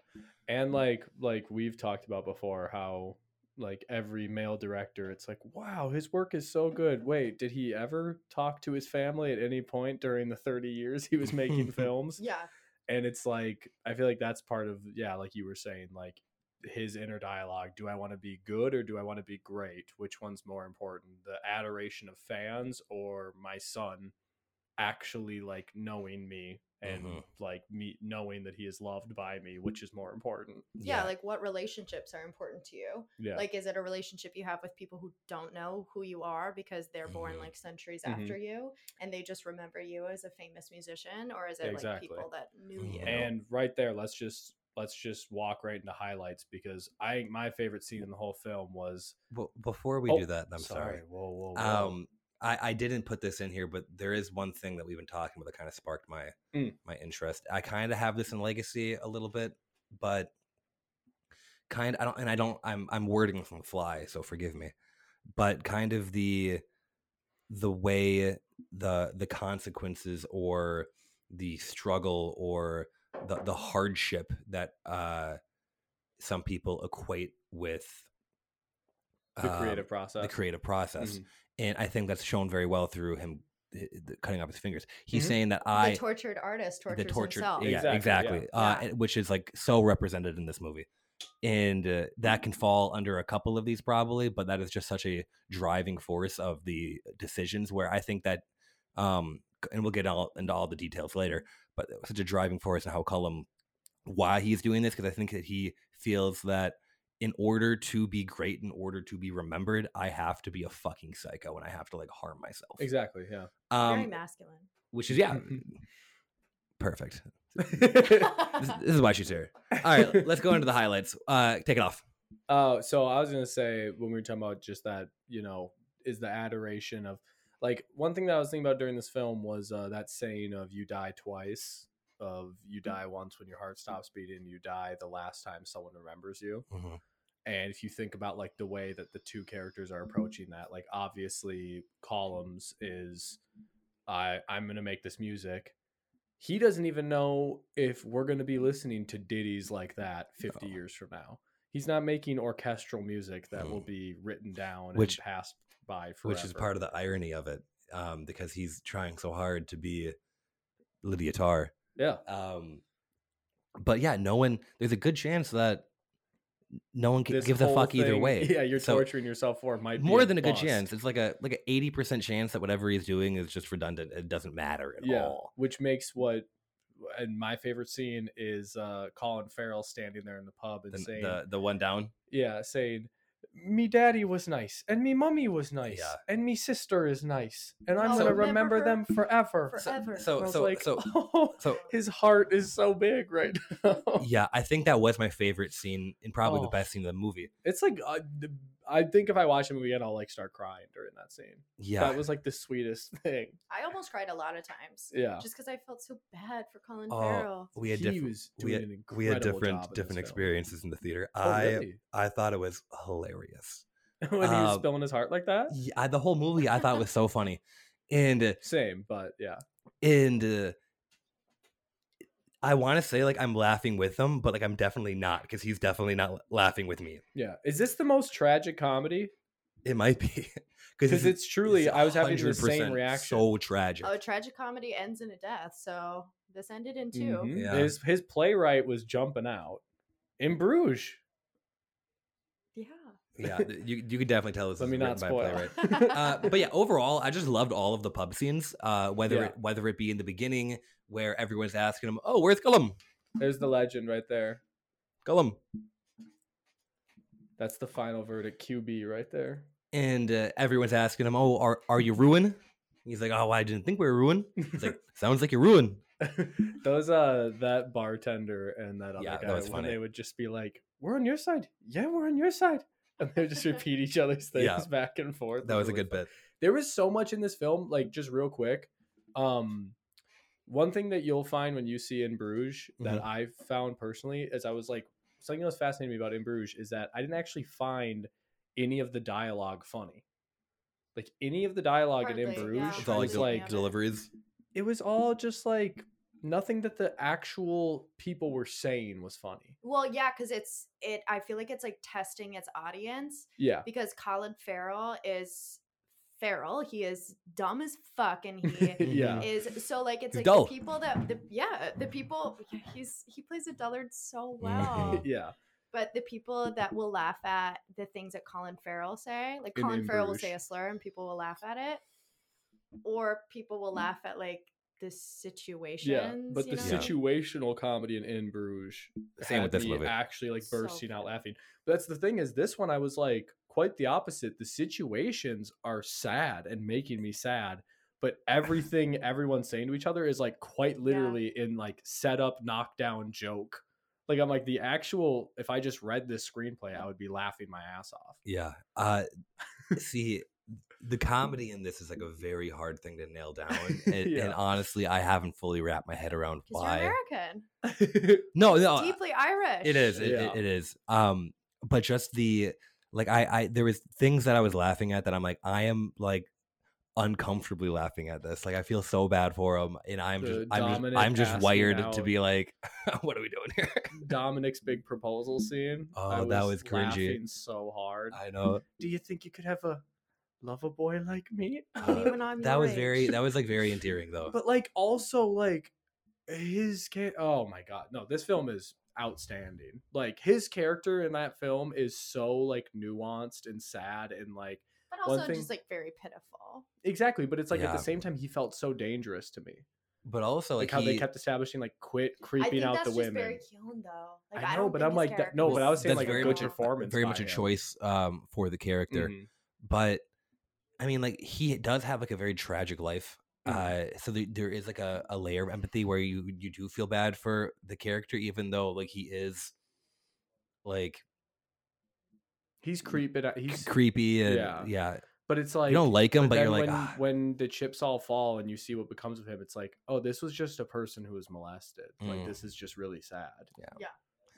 D: and like like we've talked about before, how like every male director. It's like, wow, his work is so good. Wait, did he ever talk to his family at any point during the 30 years he was making films?
E: Yeah.
D: and it's like i feel like that's part of yeah like you were saying like his inner dialogue do i want to be good or do i want to be great which one's more important the adoration of fans or my son actually like knowing me and
C: Mhm.
D: like me knowing that he is loved by me which is more important
E: yeah like what relationships are important to you
D: yeah
E: like is it a relationship you have with people who don't know who you are because they're born
C: Mhm.
E: like centuries
D: Mhm.
E: after you and they just remember you as a famous musician or is it like
D: Exactly. Mm-hmm.
E: people that knew
C: Mhm.
E: you
D: and right there let's just let's just walk right into highlights because i my favorite scene in the whole film was
C: Well, before we
D: Oh,
C: do that, I'm sorry.
D: whoa whoa, whoa.
C: Um, I, I didn't put this in here, but there is one thing that we've been talking about that kind of sparked my
D: Mm.
C: my interest. I kind of have this in Legacy a little bit, but kind I don't, and I don't. I'm I'm wording from the fly, so forgive me. But kind of the the way the the consequences or the struggle or the the hardship that uh some people equate with
D: the
C: um,
D: creative process
C: the creative process
D: Mhm.
C: and i think that's shown very well through him uh, the cutting off his fingers he's
D: Mhm.
C: saying that
E: the
C: i
E: tortured artist
C: the
E: tortures
C: torture
E: himself
C: yeah exactly,
D: Exactly,
C: Uh,
E: Yeah.
C: and- which is like so represented in this movie and uh, that can fall under a couple of these probably but that is just such a driving force of the decisions where i think that um c- and we'll get all into all the details later but such a driving force in how Cullum why he's doing this because I think that he feels that in order to be great, in order to be remembered, I have to be a fucking psycho and I have to like harm myself.
D: exactly yeah Mm-hmm.
E: very
C: Um,
E: masculine
C: which is yeah, perfect. This,
E: yeah
C: this is why she's here. All right, let's go into the highlights. Uh, take it off.
D: Oh, so I was gonna say when we were talking about just that, you know, is the adoration of like one thing that I was thinking about during this film was uh, that saying of "you die twice," of "you die once when your heart stops beating, you die the last time someone remembers you."
C: Mhm.
D: And if you think about like the way that the two characters
C: Mm-hmm.
D: are approaching that, like obviously Columns is, I I'm gonna make this music. He doesn't even know if we're gonna be listening to ditties like that 50
C: No.
D: years from now he's not making orchestral music that will
C: Mm.
D: be written down
C: Which-
D: and passed by forever.
C: Which is part of the irony of it, um, because he's trying so hard to be Lydia Tarr.
D: yeah
C: Um, but yeah, no one. There's a good chance that no one g- gives a
D: whole
C: fuck either
D: thing-
C: way.
D: Yeah, you're
C: So-
D: torturing yourself for it might be
C: more than a good
D: bust.
C: chance. It's like a like a eighty percent chance that whatever he's doing is just redundant. It doesn't matter at
D: Yeah,
C: all.
D: which makes what and my favorite scene is uh Colin Farrell standing there in the pub and
C: The,
D: saying,
C: the the one down.
D: "Yeah, saying." Me daddy was nice, and me mummy was nice,
C: Yeah.
D: and me sister is nice, and I'm
E: I'll
D: gonna
E: remember
D: remember,
E: her
D: them forever.
E: for-
D: And
C: So
E: Forever.
D: I
C: so
D: was
C: so,
D: like,
C: so
D: oh,
C: so-
D: his heart is so big right now.
C: yeah, I think that was my favorite scene and probably the
D: Oh.
C: best scene of the movie.
D: It's like uh, the- I think if I watch the movie again, I'll like start crying during that scene.
C: Yeah,
D: That was like the sweetest thing.
E: i almost cried a lot of times
D: Yeah,
E: just because i felt so bad for colin
C: Oh,
E: farrell
C: we had
D: He
C: different
D: was
C: we had,
D: doing an
C: we had
D: incredible job
C: different
D: in this
C: different
D: film.
C: experiences in the theater.
D: Oh,
C: I
D: really?
C: I thought it was hilarious.
D: when he was
C: uh,
D: spilling his heart like that.
C: Yeah, I- the whole movie I thought was so funny, and. Uh,
D: Same, but yeah,
C: and uh, I want to say like I'm laughing with him, but like I'm definitely not because he's definitely not la- laughing with me.
D: yeah. Is this the most tragic comedy?
C: It might be
D: Because it's truly, I was having the same
C: 100%
D: reaction.
C: So tragic.
E: oh tragic comedy ends in a death so this ended in 2
D: Mhm.
C: Yeah.
D: His his playwright was jumping out in Bruges.
E: yeah
C: yeah, th- you you could definitely tell this.
D: Let
C: is
D: me
C: written
D: not
C: by
D: spoil.
C: playwright. uh, but yeah, overall, I just loved all of the pub scenes. Uh, whether
D: Yeah.
C: it, whether it be in the beginning where everyone's asking him, "Oh, where's Gollum?
D: There's the legend right there.
C: Gollum?"
D: That's the final verdict. QB right there.
C: and uh, everyone's asking him, "Oh, are are you ruin?" He's like, "Oh, I didn't think we were ruin." He's like, "Sounds like you're ruin."
D: Those uh that bartender and that other
C: Yeah, that
D: guy
C: was
D: when
C: funny.
D: they would just be like, We're on your side. Yeah, we're on your side. And they would just repeat each other's things
C: Yeah.
D: back and forth.
C: That
D: It
C: was a
D: really
C: good
D: fun.
C: bit.
D: There was so much in this film, like just real quick. Um one thing that you'll find when you see in Bruges that
C: Mhm.
D: I found personally is I was like something that was fascinating me about in Bruges is that I didn't actually find any of the dialogue funny. Like any of the dialogue in In
E: Hardly, yeah,
D: Bruges
C: It's all like
D: was
E: hardly,
C: del-
D: like
E: yeah.
C: deliveries.
D: it was all just like nothing that the actual people were saying was funny.
E: Well, yeah, because it's it. I feel like it's like testing its audience
D: Yeah.
E: because Colin Farrell is Farrell. He is dumb as fuck, and he
D: yeah.
E: is so like it's
C: He's
E: like
C: dull.
E: the people that the yeah the people he's he plays a dullard so well.
D: Yeah.
E: but the people that will laugh at the things that Colin Farrell say, like
D: In
E: Colin
D: In
E: Farrell will
D: Bruges.
E: say a slur and people will laugh at it, or people will laugh at like the situations.
D: Yeah. But Mm. the
E: you know?
C: Yeah.
D: situational comedy in In Bruges
C: Same with
D: had
C: this
D: me
C: movie.
D: actually like
E: So
D: bursting out
E: funny.
D: laughing. But that's the thing is this one I was like quite the opposite. The situations are sad and making me sad, but everything everyone's saying to each other is like quite literally in like setup, knockdown joke. Like I'm like the actual if I just read this screenplay, I would be laughing my ass off.
C: Yeah. Uh, see, the comedy in this is like a very hard thing to nail down, and,
D: Yeah.
C: and honestly, I haven't fully wrapped my head around
E: 'Cause
C: why.
E: you're American,
C: No,
D: Uh,
C: uh, no,
E: deeply Irish.
C: it is. It,
D: Yeah.
C: it, it is. Um, but just the like, I, I there was things that I was laughing at that I'm like, I am like uncomfortably laughing at this. Like, I feel so bad for him, and I'm
D: The
C: just, I'm just,
D: dominant
C: I'm just
D: passing
C: wired to
D: out.
C: be like, what are we doing here?
D: Dominic's big proposal scene. I
C: Oh, that was cringy.
D: laughing so hard.
C: I know
D: Do you think you could have a lover boy like me?
E: Maybe when I'm
C: uh, that
E: your
C: was
E: age.
C: very, that was like very endearing though.
D: but like also like his ca- oh my god no this film is outstanding like his character in that film is so like nuanced and sad and like
E: but
D: one
E: also
D: thing-
E: just like very pitiful.
D: exactly but it's like at
C: Yeah.
D: the same time he felt so dangerous to me
C: But also, like,
D: like, how they
C: he-
D: kept establishing like quit
E: I
D: creeping
E: think
D: out
E: that's
D: the
E: just
D: women
E: very Keown though. Like,
D: I
E: I
D: know,
E: don't
D: but I'm
E: think his
D: like that- no,
E: character
D: but I was saying,
C: that's
D: like, a
C: very
D: good
C: much
D: performance
C: very
D: by
C: much a
D: him.
C: choice um, for the character.
D: Mhm.
C: But I mean, like he does have like a very tragic life.
D: Mhm.
C: Uh, so there, there is like a, a layer of empathy where you you do feel bad for the character, even though like he is like
D: he's creeping out
C: c-
D: he's
C: creepy and
D: yeah.
C: yeah,
D: but it's like
C: Mm. you don't like him, but, you're
D: then
C: like
D: when,
C: "Ah,
D: when the chips all fall and you see what becomes of him, it's like, oh, this was just a person who was molested. Like
C: Mm.
D: this is just really sad.
C: Yeah.
E: Yeah.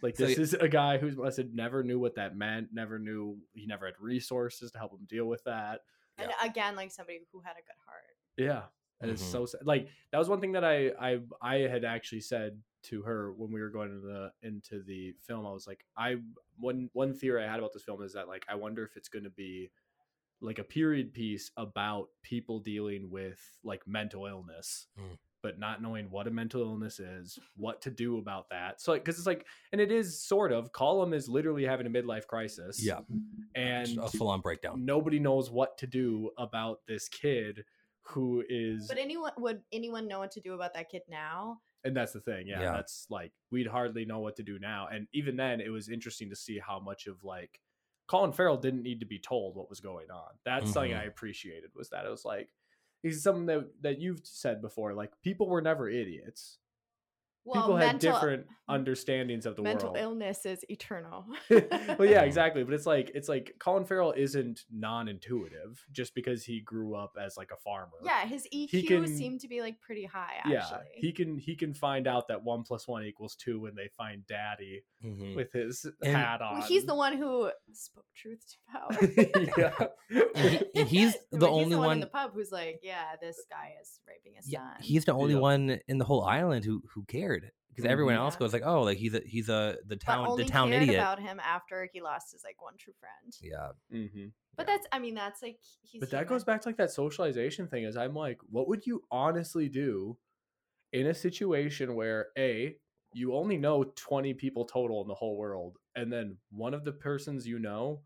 D: Like
C: So
D: this
C: y-
D: is a guy who's molested, never knew what that meant, never knew he never had resources to help him deal with that.
E: and again like somebody who had a good heart.
D: Yeah. And it's
C: Mhm.
D: so sad. Like that was one thing that I I I had actually said to her when we were going into the into the film. I was like, I one one theory I had about this film is that like I wonder if it's going to be like a period piece about people dealing with like mental illness.
C: Mm.
D: But not knowing what a mental illness is, what to do about that. So, because it's like, and it is sort of, Colum is literally having a midlife crisis.
C: yeah,
D: And
C: just a full on breakdown.
D: nobody knows what to do about this kid who is
E: But anyone would anyone know what to do about that kid now?
D: and that's the thing yeah,
C: Yeah.
D: that's like we'd hardly know what to do now and even then it was interesting to see how much of like colin farrell didn't need to be told what was going on that's something
C: Mhm.
D: i appreciated was that it was like this is something that, that you've said before like people were never idiots
E: Well,
D: people had
E: mental- Mm-hmm.
D: different understandings of the
E: mental
D: world
E: illness is eternal.
D: well, yeah,
C: Mhm.
D: exactly. But it's like it's like Colin Farrell isn't non-intuitive just because he grew up as like a farmer.
E: Yeah, his EQ
D: can-
E: seemed to be like pretty high actually.
D: yeah. He can he can find out that one plus one equals two when they find Daddy
C: Mhm.
D: with his
C: And-
D: hat on.
E: well, he's the one who spoke truth to power.
D: yeah.
C: And he- and he's
E: But
C: the only
E: one,
C: one.
E: in the pub who's like, yeah, this guy is raping his
C: yeah,
E: son.
C: he's the only
D: Yeah.
C: one in the whole island who who cared because everyone
D: Mhm.
C: else
E: Mm-hmm. Yeah.
C: goes like, oh, like he's a he's a the
E: but
C: town
E: only
C: the town
E: cared
C: idiot.
E: about him after he lost his like one true friend.
C: yeah,
D: hmm
E: But that's, I mean, that's like he's.
D: But that
E: human.
D: goes back to like that socialization thing. Is I'm like, what would you honestly do in a situation where a you only know 20 people total in the whole world, and then one of the persons you know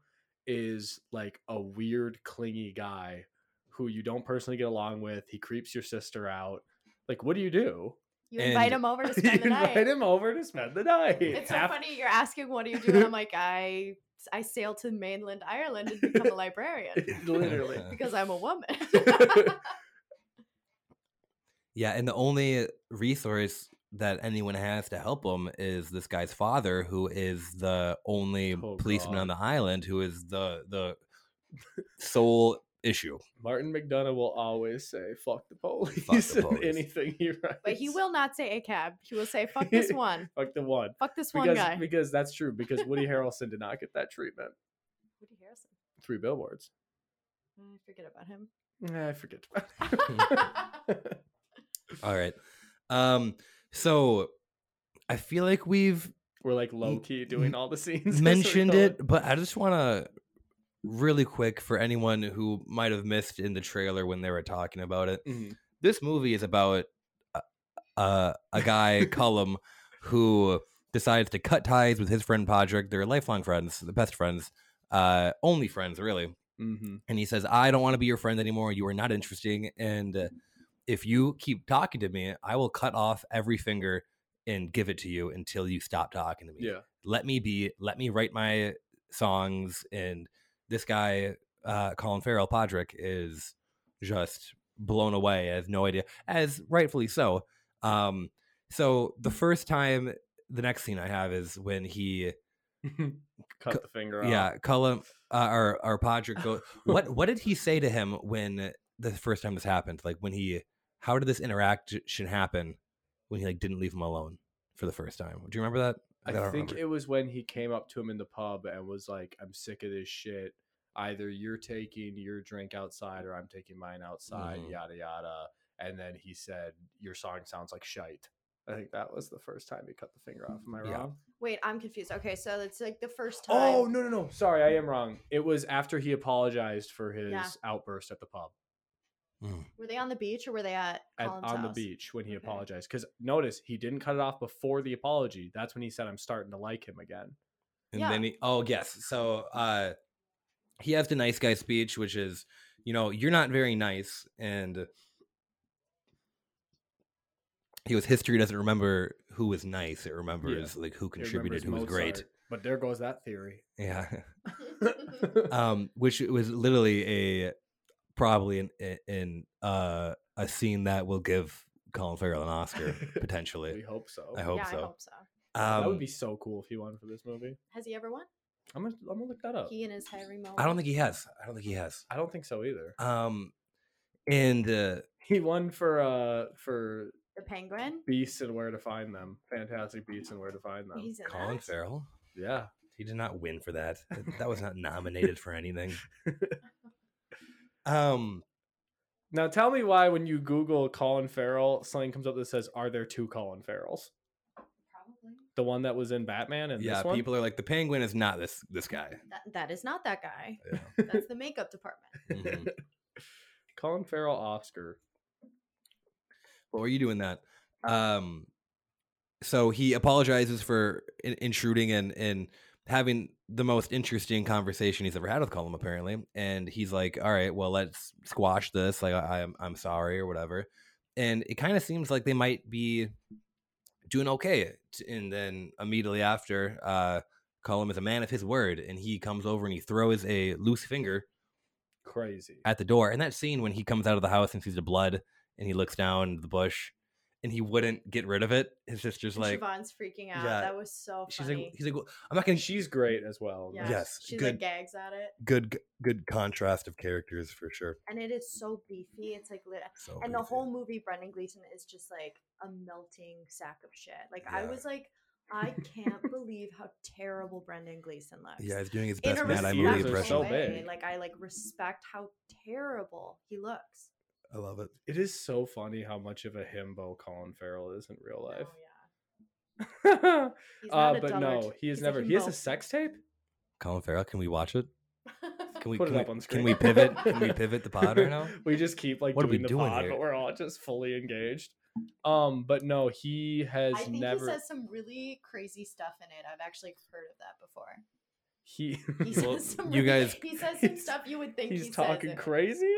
D: is like a weird, clingy guy who you don't personally get along with. He creeps your sister out. Like, what do you do?
E: You invite
C: and-
E: him over to
D: you
E: spend the night.
D: invite him over to spend the night.
E: It's so
D: Half-
E: funny. You're asking, what do you do? And I'm like, I I sail to mainland Ireland and become a librarian
D: Literally.
E: because I'm a woman.
C: Yeah, and the only resource that anyone has to help him is this guy's father, who is the only
D: Oh,
C: policeman
D: God.
C: on the island, who is the the sole issue.
D: Martin McDonough will always say "fuck the police"
C: the
D: in
C: police.
D: anything he writes.
E: but he will not say a cab. He will say, fuck this one.
D: fuck the one
E: Fuck this one
D: because
E: guy.
D: because that's true because Woody Harrelson did not get that treatment.
E: Woody Harrelson.
D: Three billboards.
E: I forget about him.
D: Nah, I forget. about it.
C: All right. Um, So I feel like we've
D: We're like low key doing all the scenes. as we
C: mentioned
D: go.
C: it, but I just want to really quick for anyone who might have missed in the trailer when they were talking about it.
D: Mhm.
C: This movie is about a, a, a guy, Cullum, who decides to cut ties with his friend Podrick. They're lifelong friends, the best friends, uh, only friends, really
D: Mhm.
C: and he says, "I don't want to be your friend anymore. You are not interesting, and uh, if you keep talking to me, I will cut off every finger and give it to you until you stop talking to me.
D: Yeah.
C: Let me be. Let me write my songs." And this guy, uh, Colin Farrell, Podrick, is just blown away. I have no idea, as rightfully so. Um, so the first time, the next scene I have is when he
D: Cut
C: Cu-
D: the finger off.
C: yeah, Cullum uh, or or Podrick go. what what did he say to him when the first time this happened? Like when he, how did this interaction happen when he like didn't leave him alone for the first time? Do you remember that?
D: I,
C: don't
D: think
C: remember.
D: it was when he came up to him in the pub and was like, "I'm sick of this shit. Either you're taking your drink outside, or I'm taking mine outside.
C: Mhm.
D: Yada yada." And then he said, "Your song sounds like shite." I think that was the first time he cut the finger off. Am I
C: Yeah.
D: wrong?
E: Wait, I'm confused. Okay, so it's like the first time.
D: Oh no no no! Sorry, I am wrong. It was after he apologized for his
E: Yeah.
D: outburst at the pub
E: Were they on the beach or were they at
D: at,
E: Colin's
D: on the
E: house?
D: beach when he
E: Okay.
D: apologized. Because notice he didn't cut it off before the apology. That's when he said, "I'm starting to like him again."
C: And
E: Yeah.
C: then he, oh yes, so uh, he has the nice guy speech, which is, you know, you're not very nice, and he was history doesn't remember who was nice; it remembers like who
D: It
C: contributed, who was
D: remembers
C: great.
D: Mozart, But there goes that theory.
C: Yeah. um, which was literally a probably an in uh, a scene that will give Colin Farrell an Oscar
D: we
C: potentially.
D: hope so.
C: I hope
E: yeah,
C: so.
E: I hope so.
C: Um,
D: that would be so cool if he won for this movie.
E: Has he ever won?
D: I'm gonna, I'm gonna look that up.
E: He and his Harry Moe.
C: I don't think he has. I don't think he has.
D: I don't think so either.
C: Um, and uh,
D: He won for uh for
E: the Penguin.
D: Beasts and Where to Find Them, Fantastic Beasts and Where to Find Them.
E: He's in
C: Colin
E: that?
C: Farrell,
D: yeah,
C: he did not win for that. That- That was not nominated for anything. Um,
D: Now tell me why when you Google Colin Farrell, something comes up that says, "Are there two Colin Farrells?"
E: Probably.
D: The one that was in Batman and
C: yeah,
D: this one.
C: people are like the Penguin is not this this guy.
E: That, that is not that guy.
C: Yeah.
E: That's the makeup department.
C: Mhm.
D: Colin Farrell Oscar.
C: what were you doing that um so he apologizes for in- intruding and and having the most interesting conversation he's ever had with Colin apparently and he's like all right well let's squash this like I, I'm I'm sorry or whatever and it kind of seems like they might be doing okay T- and then immediately after uh Colin is a man of his word and he comes over and he throws a loose finger
D: Crazy.
C: at the door. And that scene when he comes out of the house and sees the blood and he looks down into the bush and he wouldn't get rid of it. His sister's
E: And
C: like, "Oh,
E: Siobhan's freaking out.
C: yeah,
E: that was so funny.
C: she's like, he's like, "Well, I'm not gonna.
D: She's great as well. in
E: yeah.
D: this.
C: yes,
E: She
C: good.
E: like gags at it.
C: Good, good contrast of characters for sure.
E: And it is so beefy. It's like lit.
C: So uh,
E: And the
C: amazing.
E: whole movie, Brendan Gleeson is just like a melting sack of shit. Like I
C: Yeah.
E: was like, I can't believe how terrible Brendan Gleeson looks.
C: yeah, he's doing his
E: in
C: best
E: a
C: Mad Eye
D: respectful
C: movie
D: They're
C: impression.
D: so
E: way.
D: big.
E: Like I like respect how terrible he looks.
C: I love it.
D: It is so funny how much of a himbo Colin Farrell is in real
E: Oh, yeah.
D: life.
E: He's
D: uh,
E: not a
D: but
E: dullard.
D: no, he is
E: He's
D: never. He has
E: himbo.
D: a sex tape.
C: Colin Farrell, can we watch it? Can we
D: Put
C: can
D: it
C: we,
D: up on
C: Can
D: screen.
C: we pivot? Can we pivot the pod right now?
D: we just keep like
C: What are we
D: doing the
C: doing
D: pod,
C: here?
D: but we're all just fully engaged. Um, but no, he has
E: I think
D: never.
E: he says some really crazy stuff in it. I've actually heard of
D: he,
E: that before. He
C: Well,
E: says some
C: you
E: really-
C: guys-
E: he says some
D: he's-
E: stuff you would think
D: he's
E: he
D: talking
E: says it.
D: crazy.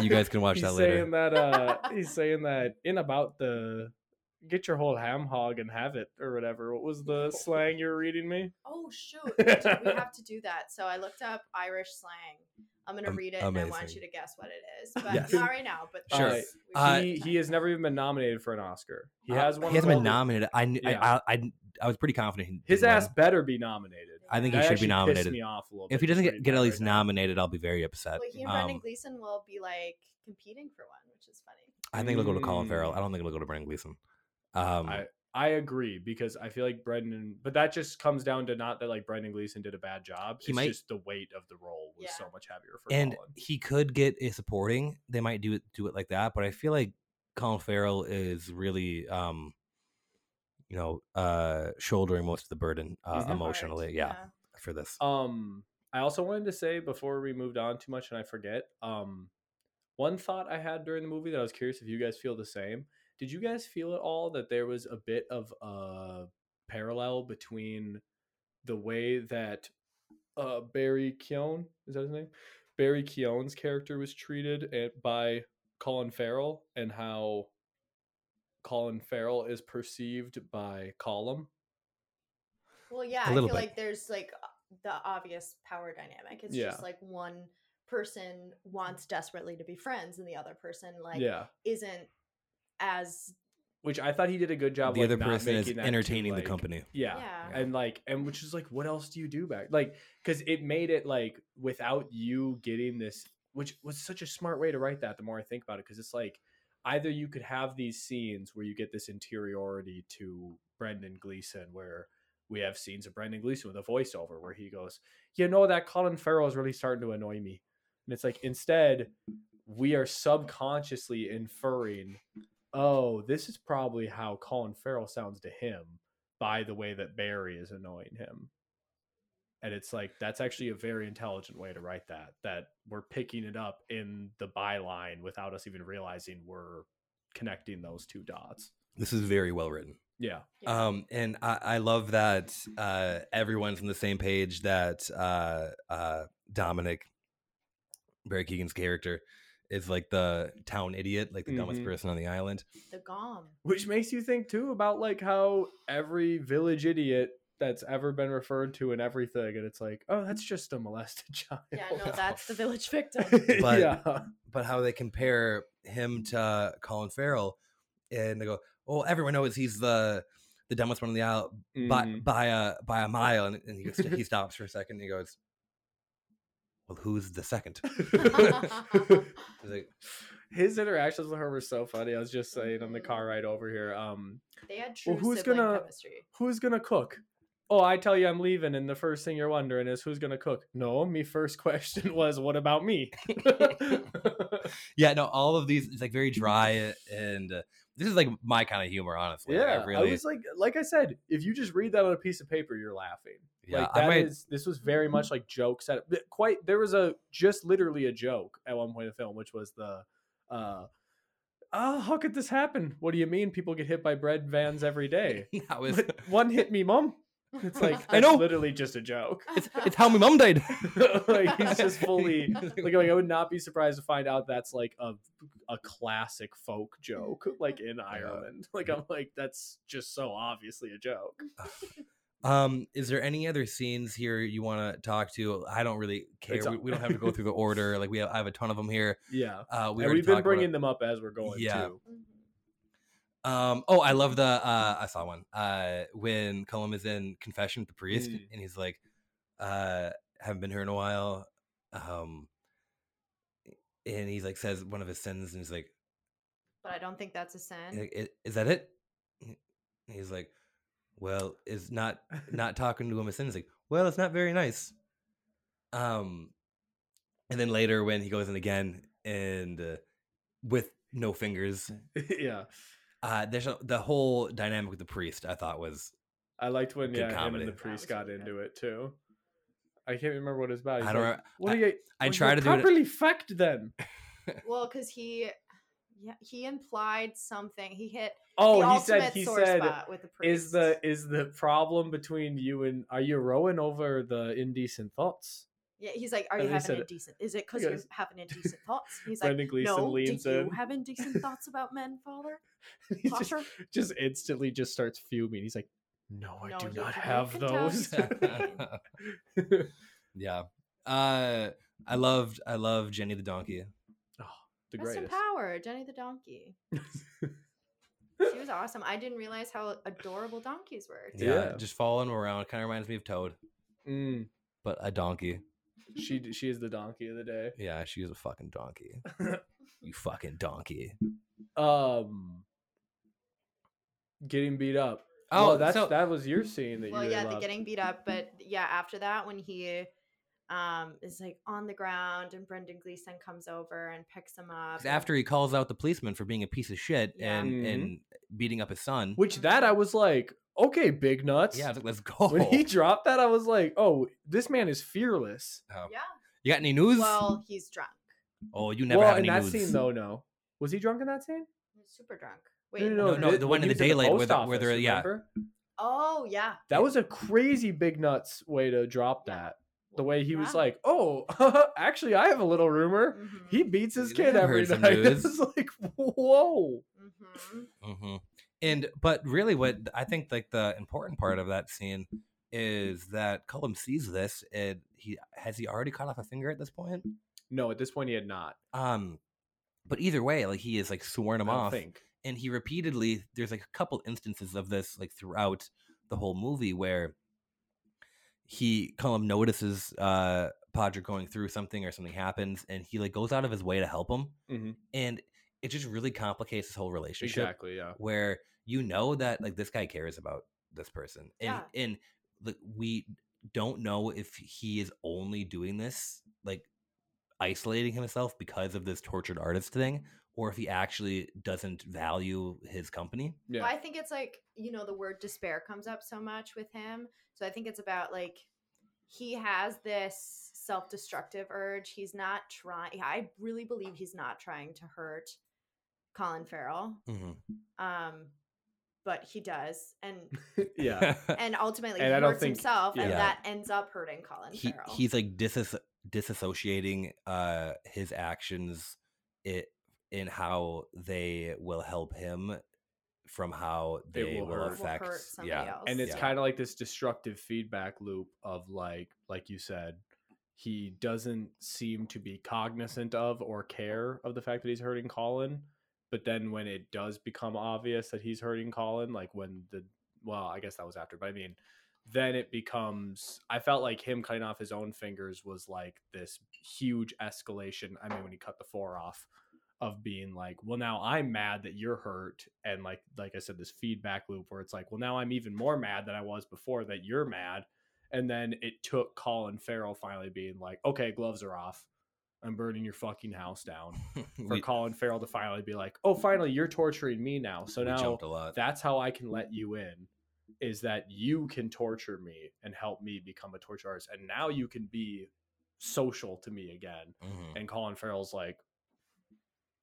C: You guys can watch
D: he's
C: that
D: saying
C: later.
D: that. Uh, he's saying that in about the get your whole ham hog and have it or whatever. What was the slang you were reading me?
E: oh shoot, we have, to, we have to do that. So I looked up Irish slang. I'm gonna
C: Am-
E: read it, and I want
C: amazing.
E: you to guess what it is, but
C: Yes.
E: not right now. But
C: Sure.
E: that's- we
C: Uh,
E: should
D: he he has never even been nominated for an Oscar. He
C: Uh,
D: has one.
C: He hasn't been
D: called-
C: nominated. I, kn-
D: Yeah.
C: I, I, I, I was pretty confident. he
D: His
C: didn't win.
D: ass better be nominated.
C: I think he
D: That
C: should
D: actually
C: be
D: pissed
C: nominated.
D: me off a little
C: If
D: bit
C: he doesn't
D: just
C: get,
D: reading
C: get
D: that
C: at
D: right
C: least
D: now.
C: nominated, I'll be very upset.
E: Well, he and Brendan
C: Um,
E: Gleeson will be like competing for one, which is funny.
C: I think it'll go to Colin
D: Mm.
C: Farrell. I don't think it'll go to Brendan Gleeson. Um,
D: I I agree because I feel like Brendan, but that just comes down to not that like Brendan Gleeson did a bad job.
C: He
D: it's
C: might-
D: just the weight of the role was so
E: Yeah.
D: much heavier for
C: and
D: Colin.
C: he could get a supporting. They might do it do it like that, but I feel like Colin Farrell is really um, you know, uh, shouldering most of the burden uh,
D: Mhm.
C: emotionally. Yeah, for this.
D: Um, I also wanted to say before we moved on too much and I forget, um, one thought I had during the movie that I was curious if you guys feel the same. Did you guys feel at all that there was a bit of a parallel between the way that uh, Barry Keown is that his name? Barry Keown's character was treated and by Colin Farrell and how Colin Farrell is perceived by Colum.
E: Well, yeah,
C: A
E: I feel
C: little bit.
E: like there's like o- the obvious power dynamic. It's
D: Yeah.
E: just like one person wants desperately to be friends, and the other person like
D: yeah,
E: isn't as
D: which I thought he did a good job.
C: the
D: like,
C: other
D: not
C: person is
D: making that too,
C: entertaining
D: like-
C: the company.
D: Yeah.
E: Yeah.
D: And like, and which is like, what else do you do back? Like, because it made it like without you getting this, which was such a smart way to write that. The more I think about it, because it's like either you could have these scenes where you get this interiority to Brendan Gleeson, where we have scenes of Brendan Gleeson with a voiceover where he goes, "You know that Colin Farrell is really starting to annoy me," and it's like instead we are subconsciously inferring, "Oh, this is probably how Colin Farrell sounds to him." by the way that Barry is annoying him. And it's like that's actually a very intelligent way to write that. That we're picking it up in the byline without us even realizing we're connecting those two dots.
C: This is very well written.
D: Yeah.
E: Yeah.
C: Um, and I, I love that uh, everyone's on the same page that uh, uh, Dominic, Barry Keegan's character, is like the town idiot, like the dumbest
D: Mhm.
C: person on the island.
E: the gom.
D: Which makes you think too about like how every village idiot that's ever been referred to in everything, and it's like, oh, that's just a molested child.
E: Yeah, no, that's the village victim.
C: But-
D: yeah.
C: But how they compare him to Colin Farrell, and they go, "Oh, everyone knows he's the the dumbest one on the isle by
D: Mhm.
C: by a by a mile." And, and he goes, he stops for a second. and He goes, "Well, who's the second?
D: Mm.
C: He's like,
D: His interactions with her were so funny. I was just saying on the
C: Mm.
D: car ride over here. Um,
E: They had true
D: Well, who's
E: sibling
D: gonna-
E: chemistry.
D: who's gonna cook? Oh, I tell you, I'm leaving, and the first thing you're wondering is who's gonna cook. No, me first question was, what about me?
C: yeah, no, all of these it's like very dry and uh, this is like my kind of humor, honestly. Like,
D: yeah,
C: I really.
D: I was like, like I said, if you just read that on a piece of paper, you're laughing.
C: Yeah,
D: like
C: I
D: that is.
C: might-
D: This was very much like jokes at th- quite. There was a just literally a joke at one point in the film, which was the, uh, oh, how could this happen? What do you mean people get hit by bread vans every day?
C: I was.
D: But one hit me, mom. It's like
C: I
D: I
C: know.
D: know, literally just a joke.
C: It's, it's how my mom died.
D: like he's just fully like, like I would not be surprised to find out that's like a a classic folk joke like in Ireland. Like I'm like that's just so obviously a joke.
C: Um, is there any other scenes here you want to talk to? I don't really care.
D: It's a-
C: We, we don't have to go through the order. Like we have, I have a ton of them here.
D: Yeah.
C: Uh, we
D: and
C: already
D: we've been
C: talked about it.
D: bringing them up as we're going
C: Yeah.
D: too.
E: Mm-hmm.
C: Um, oh, I love the. Uh, I saw one. Uh, when Cullum is in confession with the priest,
D: Mm.
C: and he's like, uh, "Haven't been here in a while," um, and he's like says one of his sins, and he's like,
E: But I don't think that's a sin.
C: He's like, "I- is that it? And He's like, well, is not not talking to him is sin. He's like, well, it's not very nice. Um, and then later when he goes in again and uh, with no fingers,
D: yeah.
C: uh, there's a, the whole dynamic with the priest. I thought was
D: I liked when
C: Good
D: yeah, him
C: comedy.
D: and the
C: That
D: priest
E: was
D: got
E: really good.
D: into it too. I can't remember what his body.
C: I don't.
D: Like,
C: remem-
D: what are you?
C: I
D: well,
C: try
D: you're
C: to do it.
D: properly fucked then.
E: Well, because he, yeah, he implied something. He hit the
D: Oh, he
E: ultimate
D: said. He
E: sore
D: said.
E: spot with the priest.
D: Is the is the problem between you and are you rowing over the indecent thoughts?
E: yeah? He's like, are you
D: and then he
E: having
D: said-
E: indecent? Is it because
D: he
E: you
D: goes-
E: have an indecent thoughts? He's like,
D: Brendan Gleeson
E: no.
D: leans
E: do you
D: in.
E: have indecent thoughts about men, father?
D: He just,
E: Potter?
D: just instantly just starts fuming. He's like, "No, I
E: No, you
D: do not
E: do not
D: have
E: condone
D: those."
E: Superman.
C: yeah. Uh, I loved. I love Jenny the donkey.
D: the
E: Rest in
D: greatest.
E: power, Jenny the donkey. she was awesome. I didn't realize how adorable donkeys were.
C: Yeah,
D: Yeah.
C: just following him around. Kind of reminds me of Toad,
D: Mm,
C: but a donkey.
D: she d- she is the donkey of the day.
C: Yeah, she was a fucking donkey. you fucking donkey.
D: Um, getting beat up.
C: Oh,
D: Oh, that's
C: so-
D: that was your scene that
E: well,
D: you really
E: yeah, the
D: loved.
E: getting beat up, but yeah, after that, when he um is like on the ground and Brendan Gleeson comes over and picks him up.
C: 'Cause After he calls out the policeman for being a piece of shit
E: Yeah.
C: and
D: Mhm.
C: and beating up his son.
D: Which that I was like, okay, big nuts.
C: yeah, I was like, let's go.
D: When he dropped that, I was like, oh, this man is fearless.
E: Yeah.
C: you got any news?
E: Well, he's drunk.
C: oh, you never
D: well,
C: have any
D: in that
C: news.
D: scene though, no, was he drunk in that scene?
E: He's super drunk. Wait.
D: No, no,
C: No, no,
D: th-
C: the
D: when
C: one in
D: he
C: the
D: was at
C: daylight
D: post
C: with the- where
D: office,
C: they're- yeah.
D: remember?
E: Oh yeah.
D: That was a crazy big nuts way to drop
E: Yeah.
D: that. The way he was
E: Yeah.
D: like, oh, actually, I have a little rumor.
E: Mhm,
D: He beats his
C: Yeah,
D: kid
C: I've
D: every
C: heard some
D: night.
C: news.
D: It's like, whoa.
E: mhm.
D: Mm-hmm.
C: hmm And but really, what I think like the important part of that scene is that Cullum sees this, and he has he already cut off a finger at this point.
D: No, at this point, he had not.
C: Um, but either way, like he is like sworn him
D: I don't
C: off,
D: think.
C: and he repeatedly there's like a couple instances of this like throughout the whole movie where he Cullum notices uh Podrick going through something or something happens, and he like goes out of his way to help him,
D: Mhm.
C: and it just really complicates his whole relationship
D: Exactly. Yeah.
C: where you know that like this guy cares about this person and and like we don't know if he is only doing this like isolating himself because of this tortured artist thing or if he actually doesn't value his company
D: Yeah.
E: Well, I think it's like, you know, the word despair comes up so much with him. So I think it's about like he has this self destructive urge. He's not trying, I really believe he's not trying to hurt Colin Farrell.
D: Mm-hmm.
E: Um, but he does, and
D: yeah.
E: and ultimately
D: And
E: he
D: I don't
E: hurts
D: think-
E: himself, and
C: yeah.
E: that ends up hurting Colin
C: he,
E: Farrell.
C: he's like disas- disassociating uh his actions it in how they will help him from how they
D: will
C: will,
D: hurt.
E: Will
C: affect
E: hurt somebody
C: yeah
E: else.
D: and it's
C: Yeah.
D: kind of like this destructive feedback loop of like like you said he doesn't seem to be cognizant of or care of the fact that he's hurting colin but then when it does become obvious that he's hurting colin like when the well i guess that was after but i mean then it becomes i felt like him cutting off his own fingers was like this huge escalation i mean when he cut the four off of being like well now i'm mad that you're hurt and like like i said this feedback loop where it's like well now i'm even more mad than i was before that you're mad and then it took colin farrell finally being like okay gloves are off i'm burning your fucking house down for
C: We-
D: colin farrell to finally be like oh finally you're torturing me now so
C: we
D: now
C: jumped a lot
D: that's how I can let you in is that you can torture me and help me become a torture artist. And now you can be social to me again.
C: Mhm.
D: And Colin Farrell's like,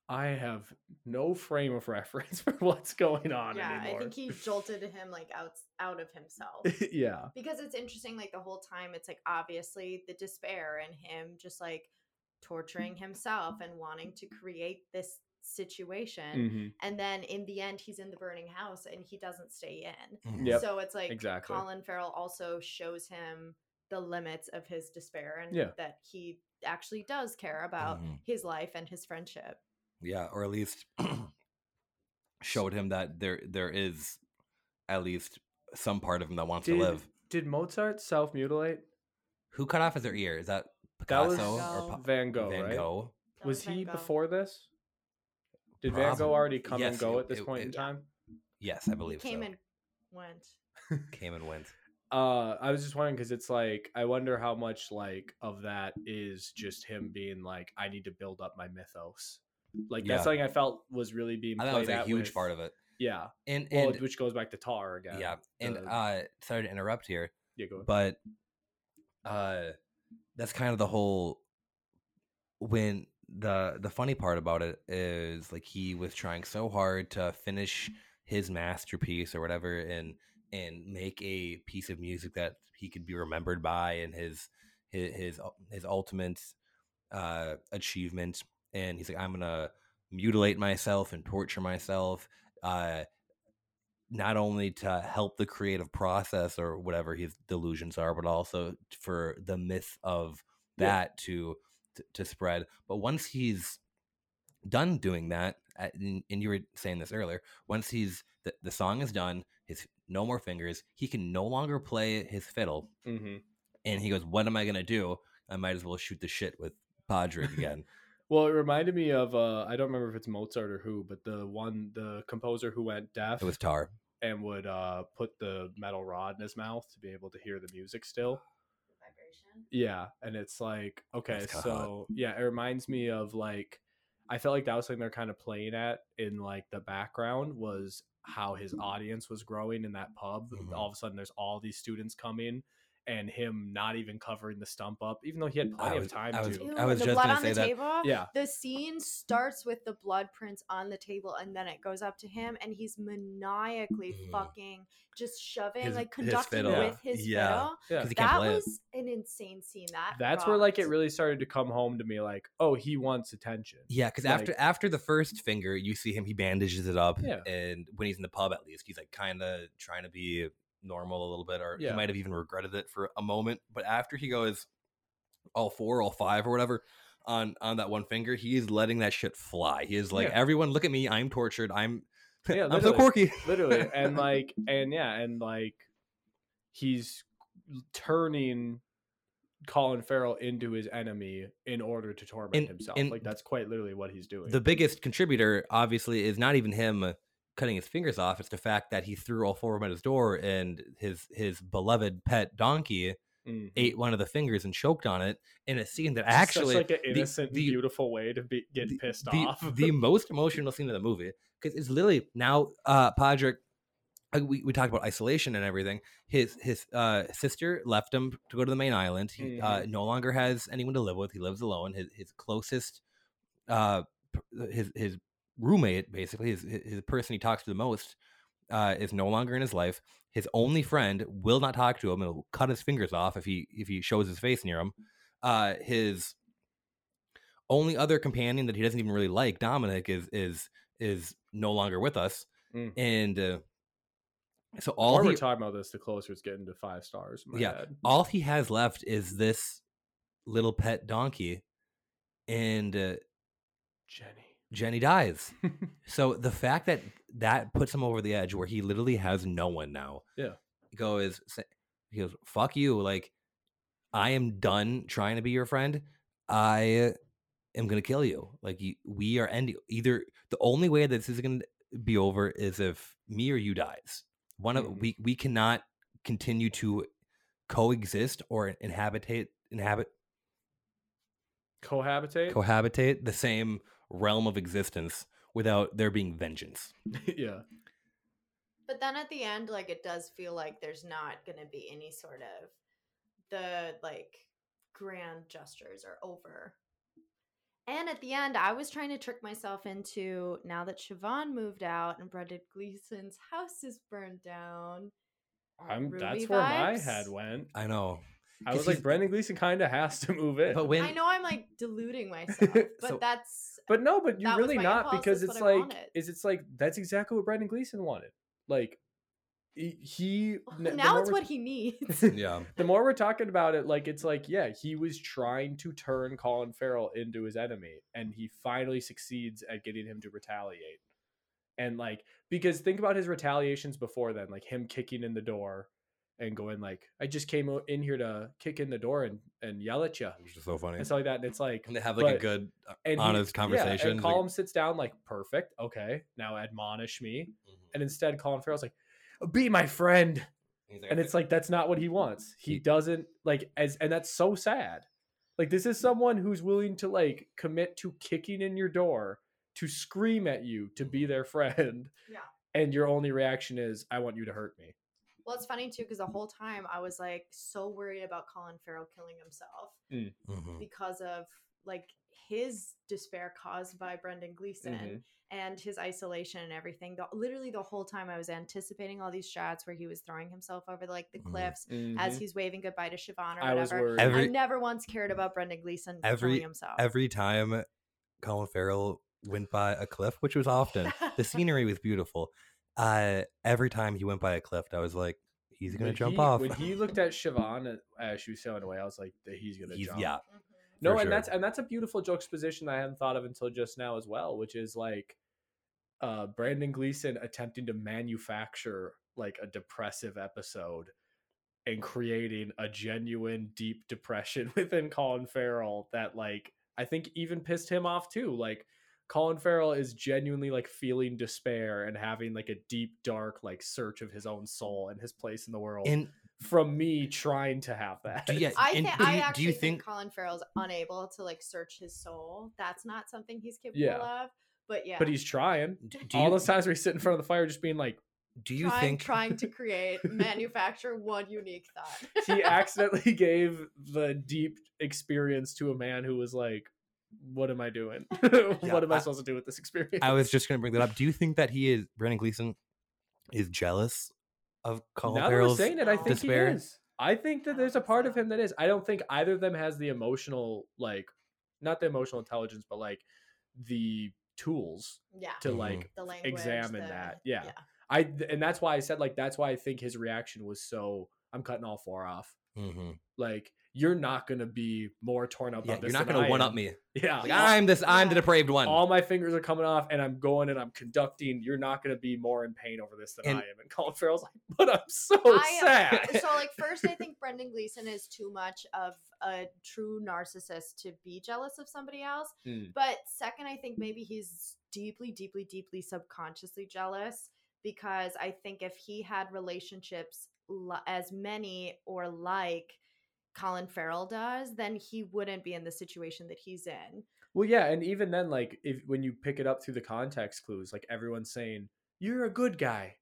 D: I have no frame of reference for what's going on
E: yeah,
D: anymore.
E: I think he jolted him like out out of himself.
D: yeah.
E: because it's interesting like the whole time it's like obviously the despair and him just like torturing himself and wanting to create this situation
D: Mhm.
E: and then in the end he's in the burning house and he doesn't stay in
C: Mhm.
D: Yep,
E: so it's like
D: exactly.
E: colin farrell also shows him the limits of his despair and
D: Yeah.
E: that he actually does care about
C: Mhm.
E: his life and his friendship
C: Yeah, or at least showed him that there there is at least some part of him that wants
D: Did,
C: to live.
D: did Mozart self mutilate?
C: Who cut off his other ear? Is that
D: That was
C: Picasso or Pa-
D: Van Gogh,
C: Van
D: right?
C: Gogh?
E: That
D: Was
E: Van
D: he
E: Gogh.
D: before this? Did Van Gogh
C: Probably.
D: already come
C: Yes,
D: and go
C: it-
D: at this
C: it-
D: point in
C: it-
D: time?
C: Yes, I
E: he
C: believe
E: came
C: so.
E: and went
C: Came and went.
D: uh i was just wondering because it's like i wonder how much like of that is just him being like i need to build up my mythos like
C: Yeah.
D: that's something i felt was really being
C: I
D: played
C: thought it was a
D: at
C: huge
D: with-
C: part of it.
D: yeah
C: And
D: well
C: and
D: which goes back to tar again
C: yeah, and
D: the-
C: uh sorry to interrupt here,
D: yeah go ahead.
C: but uh that's kind of the whole when the the funny part about it is like he was trying so hard to finish his masterpiece or whatever and and make a piece of music that he could be remembered by and his his his, ul- his ultimate uh achievement and he's like i'm gonna mutilate myself and torture myself uh not only to help the creative process or whatever his delusions are but also for the myth of
D: Yeah.
C: that to, to to spread but once he's done doing that uh, and and you were saying this earlier once he's the, the song is done his no more fingers he can no longer play his fiddle
D: hmm
C: and he goes what am i gonna do i might as well shoot the shit with Podrick again
D: well it reminded me of uh i don't remember if it's mozart or who but the one the composer who went deaf
C: it was tar
D: and would uh put the metal rod in his mouth to be able to hear the music still
E: vibration
D: Yeah, and it's like okay,
C: That's kinda hot.
D: so yeah, it reminds me of like I felt like that was something they're kind of playing at in like the background was how his audience was growing in that pub.
C: Mhm.
D: All of a sudden, there's all these students coming, and him not even covering the stump up, even though he had plenty
C: was-
D: of time
C: I
D: to.
C: was-
E: Ew,
C: I was
E: the
C: just
E: blood
C: gonna
E: on the
C: say that.
E: table.
D: Yeah.
E: The scene starts with the blood prints on the table, and then it goes up to him, and he's maniacally
C: Mm.
E: fucking just shoving,
C: His-
E: like
C: his
E: conducting
C: fiddle.
E: with his
C: Yeah.
E: fiddle.
D: Yeah.
C: 'Cause he can't
E: That
C: play it.
E: was an insane scene. That
D: That's where like it
E: rocked.
D: really started to come home to me. Like, oh, he wants attention.
C: Yeah, because
D: Like-
C: after after the first finger, you see him. He bandages it up,
D: Yeah.
C: and when he's in the pub, at least he's like kind of trying to be normal a little bit, or
D: Yeah.
C: he might have even regretted it for a moment. But after he goes all four, all five, or whatever on on that one finger, he is letting that shit fly. He is like,
D: Yeah.
C: everyone, look at me, I'm tortured. I'm
D: Yeah,
C: I'm so
D: literally.
C: quirky.
D: literally and like and yeah and like he's turning colin farrell into his enemy in order to torment
C: And-
D: himself
C: and
D: like that's quite literally what he's doing
C: the biggest contributor, obviously, is not even him cutting his fingers off. It's the fact that he threw all four of them at his door, and his his beloved pet donkey
D: Mhm.
C: ate one of the fingers and choked on it in a scene that
D: It's such,
C: actually
D: like an innocent
C: the-
D: beautiful way to be, get
C: the-
D: pissed
C: the,
D: off
C: the most emotional scene of the movie because it's literally now uh Podrick uh, we, we talked about isolation and everything his his uh sister left him to go to the main island he uh, no longer has anyone to live with he lives alone his his closest uh p- his his roommate basically his his his person he talks to the most uh, is no longer in his life. His only friend will not talk to him and will cut his fingers off if he if he shows his face near him. Uh, his only other companion that he doesn't even really like, Dominic, is is is no longer with us,
D: Mm.
C: and uh, so
D: The
C: all
D: more
C: he,
D: we're talking about this the closer it's getting to five stars in my
C: Yeah.
D: head.
C: all he has left is this little pet donkey, and uh,
D: jenny
C: Jenny dies. So the fact that that puts him over the edge, where he literally has no one now.
D: Yeah.
C: goes. sa- He goes, "Fuck you!" Like, I am done trying to be your friend. I am gonna kill you. Like, you, we are ending. e-" Either the only way that this is gonna be over is if me or you dies. One of
D: Mhm.
C: we we cannot continue to coexist or inhabitate inhabit
D: cohabitate
C: cohabitate the same realm of existence without there being vengeance.
D: yeah
E: But then at the end, like it does feel like there's not going to be any sort of the like grand gestures are over. And at the end, I was trying to trick myself into now that Siobhan moved out and Brendan Gleason's house is burned down.
D: i'm
E: Ruby
D: that's where my
E: vibes?
D: head went
C: I know.
D: i
C: 'Cause
D: was like
C: he's-
D: brendan gleason kind of has to move in
C: But when
E: I know I'm like deluding myself, but
C: So-
E: that's
D: But no, but you're
E: That was
D: really
E: my
D: not
E: impulse,
D: because
E: that's
D: it's
E: what I
D: like
E: wanted.
D: is it's like that's exactly what Brendan Gleeson wanted. Like he- he n- the
E: now
D: more
E: it's
D: we're-
E: what he needs.
C: yeah,
D: the more we're talking about it, like it's like yeah, he was trying to turn Colin Farrell into his enemy, and he finally succeeds at getting him to retaliate. And like because think about his retaliations before then, like him kicking in the door and going like, "I just came o- in here to kick in the door and and yell at you."
C: which is so funny.
D: And stuff like that, and it's like
C: and they have like a
D: but-
C: good uh,
D: and he-
C: honest
D: Yeah,
C: conversation.
D: and Colm sits down like, perfect, okay, now admonish me.
C: Mm-hmm.
D: And instead, Colin Farrell's like, be my friend. And it's like, that's not what he wants. He
C: He-
D: doesn't like as, and that's so sad. Like, this
C: Mm-hmm.
D: is someone who's willing to like commit to kicking in your door, to scream at you, to
C: Mm-hmm.
D: be their friend.
E: Yeah.
D: And your only reaction is, I want you to hurt me.
E: well, it's funny too because the whole time I was like so worried about Colin Farrell killing himself.
C: Mm. Mm-hmm.
E: because of like his despair caused by Brendan Gleeson
C: Mm-hmm.
E: and his isolation and everything. The, literally the whole time I was anticipating all these shots where he was throwing himself over like the
C: Mhm.
E: cliffs as he's waving goodbye to Siobhan or
D: Mm-hmm. I was
E: whatever.
D: worried.
E: I
C: Every-
E: never once cared about Brendan Gleeson
C: Every-
E: killing himself.
C: every time Colin Farrell went by a cliff, which was often, the scenery was beautiful. Uh, every time he went by a cliff, I was like, he's gonna
D: When
C: jump
D: he-
C: off.
D: When he looked at Siobhan uh, as she was sailing away, I was like, he's gonna
C: He's-
D: jump.
C: yeah,
E: Mhm.
D: no
C: for
D: and
C: sure.
D: that's and that's a beautiful juxtaposition that i hadn't thought of until just now as well which is like uh brandon gleason attempting to manufacture like a depressive episode and creating a genuine deep depression within colin farrell that like i think even pissed him off too like colin farrell is genuinely like feeling despair and having like a deep dark like search of his own soul and his place in the world
C: and
D: from me trying to have that.
C: Do, yeah,
E: I,
C: and
E: think
C: do,
E: I
C: you, do
E: actually
C: you
E: think,
C: think?
E: Colin Farrell's unable to like search his soul. That's not something he's capable
D: Yeah.
E: of. But yeah,
D: But he's trying.
C: Do
D: All
C: you,
D: those times where he sit in front of the fire, just being like,
C: do you
E: trying,
C: think?
E: trying to create, manufacture one unique thought.
D: he accidentally gave the deep experience to a man who was like, "What am I doing? what am I,
C: I-
D: supposed to do with this experience?"
C: I was just going to bring that up. Do you think that he is Brandon Gleason is jealous of Colin
D: now that we're
C: Farrell's?
D: saying it, I think
C: despair.
D: he is. I think that there's a part of him that is. I don't think either of them has the emotional, like, not the emotional intelligence, but like the tools
E: yeah,
D: to
C: Mhm.
D: like
E: the language.
D: examine
E: the-
D: that. Yeah. I th- and that's why I said like that's why I think his reaction was so I'm cutting all four off.
C: Mhm.
D: Like you're not gonna be more torn up.
C: Yeah,
D: about
C: you're
D: this
C: not
D: than
C: going
D: I
C: to one up
D: am.
C: me.
D: Yeah,
C: Like, I'm this. I'm the
E: Yeah.
C: depraved one.
D: all my fingers are coming off, and I'm going and I'm conducting. You're not gonna be more in pain over this than
C: And-
D: I am. And Colin Farrell's like, but I'm so
E: I-
D: Oh,
E: um,
D: sad.
E: so like first i think brendan gleeson is too much of a true narcissist to be jealous of somebody else
C: Hmm.
D: Mm.
E: but second i think maybe he's deeply deeply deeply subconsciously jealous because i think if he had relationships li- as many or like colin farrell does then he wouldn't be in the situation that he's in
D: Well, yeah, and even then, like if when you pick it up through the context clues, like everyone's saying, "You're a good guy,"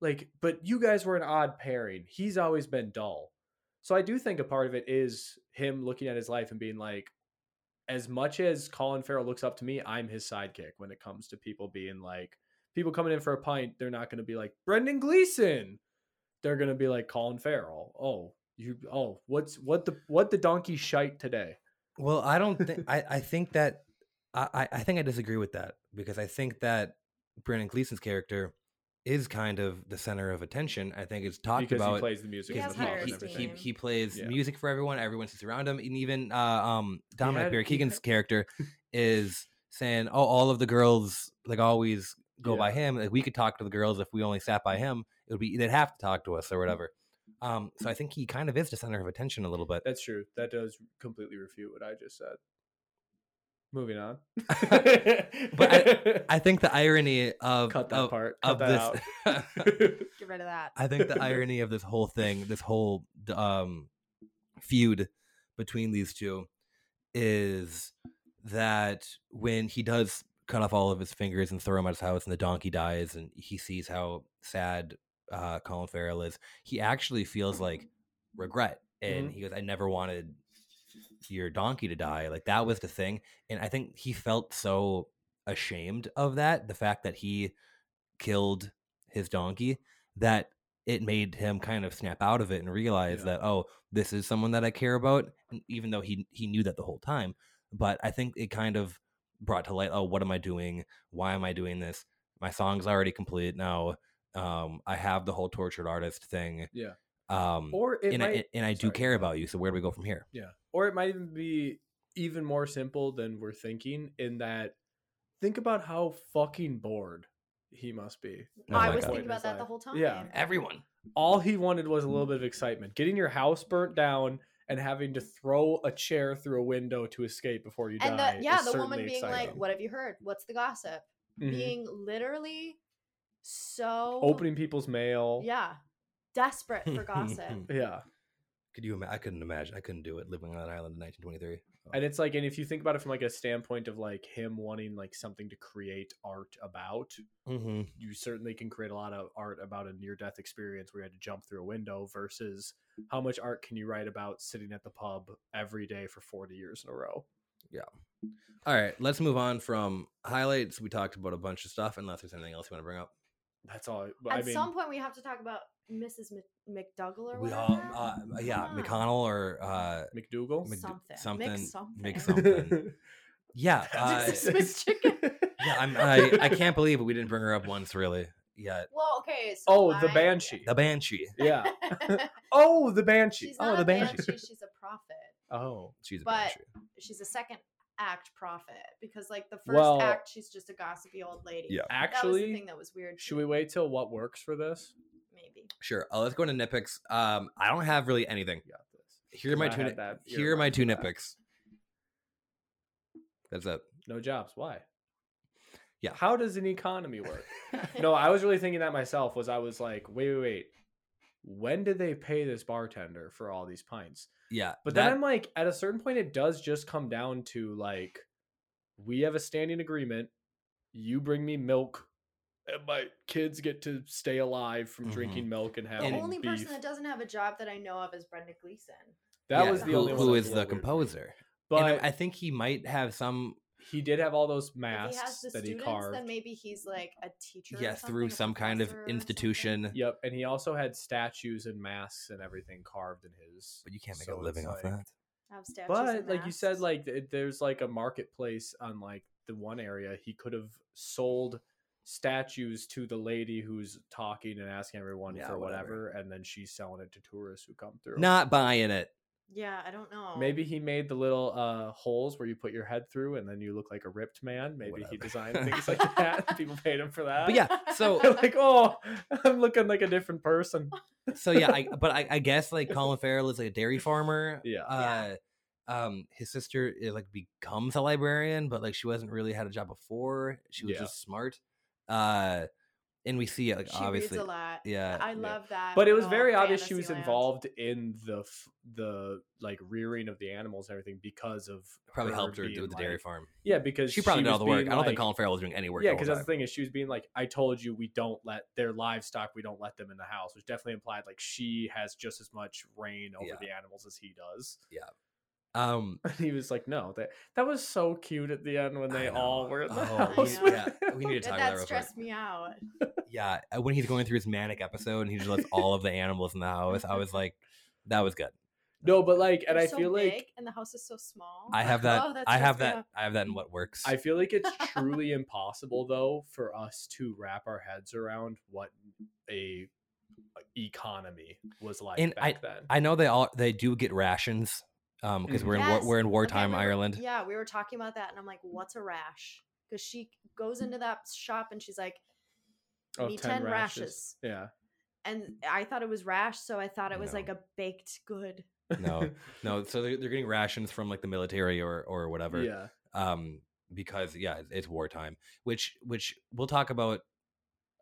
D: like, but you guys were an odd pairing. He's always been dull, so I do think a part of it is him looking at his life and being like, as much as Colin Farrell looks up to me, I'm his sidekick when it comes to people being like, people coming in for a pint, they're not going to be like Brendan Gleeson, they're going to be like Colin Farrell. Oh, you, oh, what's what the what the donkey shite today?
C: Well, I don't think I, I think that I, I- I think I disagree with that because I think that Brandon Gleason's character is kind of the center of attention. I think it's talked
D: Because
C: about
D: he plays the music
E: He
D: in
E: has
D: the
C: because
D: pub
E: higher
D: and
C: he, he,
D: everything.
C: he, he plays
D: Yeah.
C: music for everyone, everyone sits around him, and even uh, um, Dominic
D: had-
C: Barry
D: he
C: Keegan's
D: had-
C: character is saying, "Oh, all of the girls like always go by
D: Yeah.
C: him. Like we could talk to the girls if we only sat by him. It would be they'd have to talk to us or whatever." Um, so I think he kind of is the center of attention a little bit.
D: That's true. That does completely refute what I just said. Moving on.
C: But I think the irony of
D: cut that
C: of-
D: part.
C: of
D: Cut that
C: this-
D: out.
E: get rid of that
C: I think the irony of this whole thing, this whole d- um, feud between these two, is that when he does cut off all of his fingers and throw him out his house, and the donkey dies, and he sees how sad uh, Colin Farrell is, he actually feels like regret, and he goes, "I never wanted your donkey to die." Like that was the thing, and I think he felt so ashamed of that, the fact that he killed his donkey that it made him kind of snap out of it and realize
D: Yeah.
C: that oh this is someone that i care about and even though he he knew that the whole time but i think it kind of brought to light oh what am i doing why am i doing this my song's already complete now um i have the whole tortured artist thing
D: Yeah.
C: um
D: or it
C: and,
D: might,
C: I, and i do
D: sorry.
C: care about you so where do we go from here
D: yeah. Or it might even be even more simple than we're thinking. In that, think about how fucking bored he must be.
C: Oh
E: i
C: my
E: was
C: God.
E: thinking about that the whole time
D: Yeah.
C: everyone
D: all he wanted was a little bit of excitement. Getting your house burnt down and having to throw a chair through a window to escape before you
E: and
D: die.
E: the yeah
D: is
E: the woman
D: certainly
E: being
D: exciting.
E: like what have you heard what's the gossip
D: Mhm.
E: being literally so
D: opening people's mail.
E: yeah desperate for gossip
D: Yeah.
C: could you ima- i couldn't imagine i couldn't do it living on that island in 1923
D: And it's like, and if you think about it from like a standpoint of like him wanting like something to create art about,
C: mm-hmm.
D: you certainly can create a lot of art about a near death experience where you had to jump through a window versus how much art can you write about sitting at the pub every day for 40 years in a row?
C: all right let's move on from highlights we talked about a bunch of stuff unless there's anything else you want to bring up
D: That's all. I- But
E: at
D: I mean,
E: some point we have to talk about mrs Mc- mcdougall or
C: We
E: whatever.
C: all, uh, yeah,
E: Come on.
C: McConnell or uh,
D: McDougal.
C: Mc-
E: Something. Mc
C: something, Mc
E: something.
C: something. yeah, uh,
E: That's Christmas chicken.
C: yeah. I'm, I, I can't believe we didn't bring her up once, really. Yeah,
E: well okay so
D: Oh, the
E: I-
D: banshee.
C: the banshee.
D: yeah. Oh, the banshee.
E: she's
D: Oh,
E: not
D: the
E: a banshee.
D: banshee.
E: she's a prophet
D: Oh,
C: She's a
E: But-
C: banshee.
E: she's a second act prophet because like the first
D: Well-
E: act she's just a gossipy old lady
C: Yeah.
E: that was the
D: actually,
E: thing that was weird to
D: should
E: me,
D: we wait till what works for this?
E: maybe
C: Sure. Uh, let's go into nitpicks. Um, I don't have really anything.
D: We got this.
C: Here are my
D: I
C: two.
D: had
C: nit-
D: that
C: Here are my
D: earmarked
C: two
D: for that.
C: nitpicks. That's it.
D: No jobs. Why?
C: Yeah.
D: How does an economy work? no, I was really thinking that myself. Was I was like, wait, wait, wait. when did they pay this bartender for all these pints?
C: Yeah,
D: But
C: that,
D: then I'm like, at a certain point, it does just come down to like, we have a standing agreement. You bring me milk, and my kids get to stay alive from
C: Mhm.
D: drinking milk and
E: The
D: having
E: only
D: beef.
E: person that doesn't have a job that I know of is Brenda Gleason.
D: that
C: yeah,
D: was the
C: who,
D: only one
C: who
D: that
C: is
D: was a
C: the
D: little weird.
C: composer. And
D: But
C: I think he might have some
D: he did have all those
E: If he
D: masks
E: has the
D: that he
E: students,
D: carved.
E: then maybe he's like a teacher. or
C: yeah through
E: something, a
C: some kind of
E: professor or something.
C: institution.
D: Yep, and he also had statues and masks and everything carved in his.
C: But you can't make
D: so
C: a
D: it's
C: living off
D: like-
C: that.
E: Have statues
D: But
E: and
D: like you said,
E: masks.
D: like th- there's like a marketplace on like the one area he could have sold statues to the lady who's talking and asking everyone
C: Yeah,
D: for whatever.
C: whatever.
D: and then she's selling it to tourists who come through.
C: Not buying it.
E: yeah, I don't know.
D: Maybe he made the little uh, holes where you put your head through, and then you look like a ripped man. Maybe he
C: Whatever.
D: designed things like that. People paid him for that.
C: But yeah, so
D: like oh, I'm looking like a different person.
C: so yeah, I, but I, I guess like Colin Farrell is like a dairy farmer.
D: Yeah.
C: Uh, um, his sister is, like becomes a librarian, but like she wasn't really had a job before. She was
D: Yeah.
C: just smart. Uh, and we see it like
E: she
C: obviously,
E: reads a lot.
C: yeah,
E: I
D: yeah.
E: love that.
D: but it was
E: little
D: very obvious she was
E: Oh, fantasy land.
D: involved in the f- the like rearing of the animals and everything because of
C: probably helped her
D: being
C: do with the dairy
D: like-
C: farm.
D: Yeah, because
C: She probably did
D: was
C: all the work.
D: being
C: I don't
D: like-
C: think Colin Farrell was doing any work.
D: Yeah,
C: because
D: because that's the thing is she was being like, "I told you we don't let their livestock. We don't let them in the house," which definitely implied like she has just as much reign over
C: Yeah.
D: the animals as he does.
C: Um,
D: And he was like, "No, that that was so cute at the end when
C: I
D: they
C: know.
D: all were in the
C: Oh,
D: house."
E: yeah.
D: with
C: Yeah,
D: him.
C: we need to talk about
E: That- that
C: real quick.
E: stressed me out.
C: yeah, uh, when he's going through his manic episode and he just lets all of the animals in the house, I was like, that was good.
D: no, but like, and
E: They're
D: I
E: so
D: feel
E: big,
D: like
E: and the house is so small.
C: I have that.
E: Oh, that
C: I have
E: stressed me
C: that.
E: out.
C: I have that in what works.
D: I feel like it's truly impossible though for us to wrap our heads around what a economy was like
C: And
D: back then.
C: I know they all they do get rations um because we're in war,
E: Yes.
C: we're in
E: Okay,
C: wartime
E: we were-
C: Ireland.
E: Yeah, we were talking about that, and I'm like, "What's a rash?" Because she goes into that shop and she's like, "I
D: Of
E: need ten rashes.
D: Yeah.
E: and I thought it was rash, so I thought it was
C: No.
E: like a baked good.
C: No, no. So they're, they're getting rations from like the military or or whatever.
D: Yeah.
C: Um, because yeah, it's, it's wartime. Which which we'll talk about.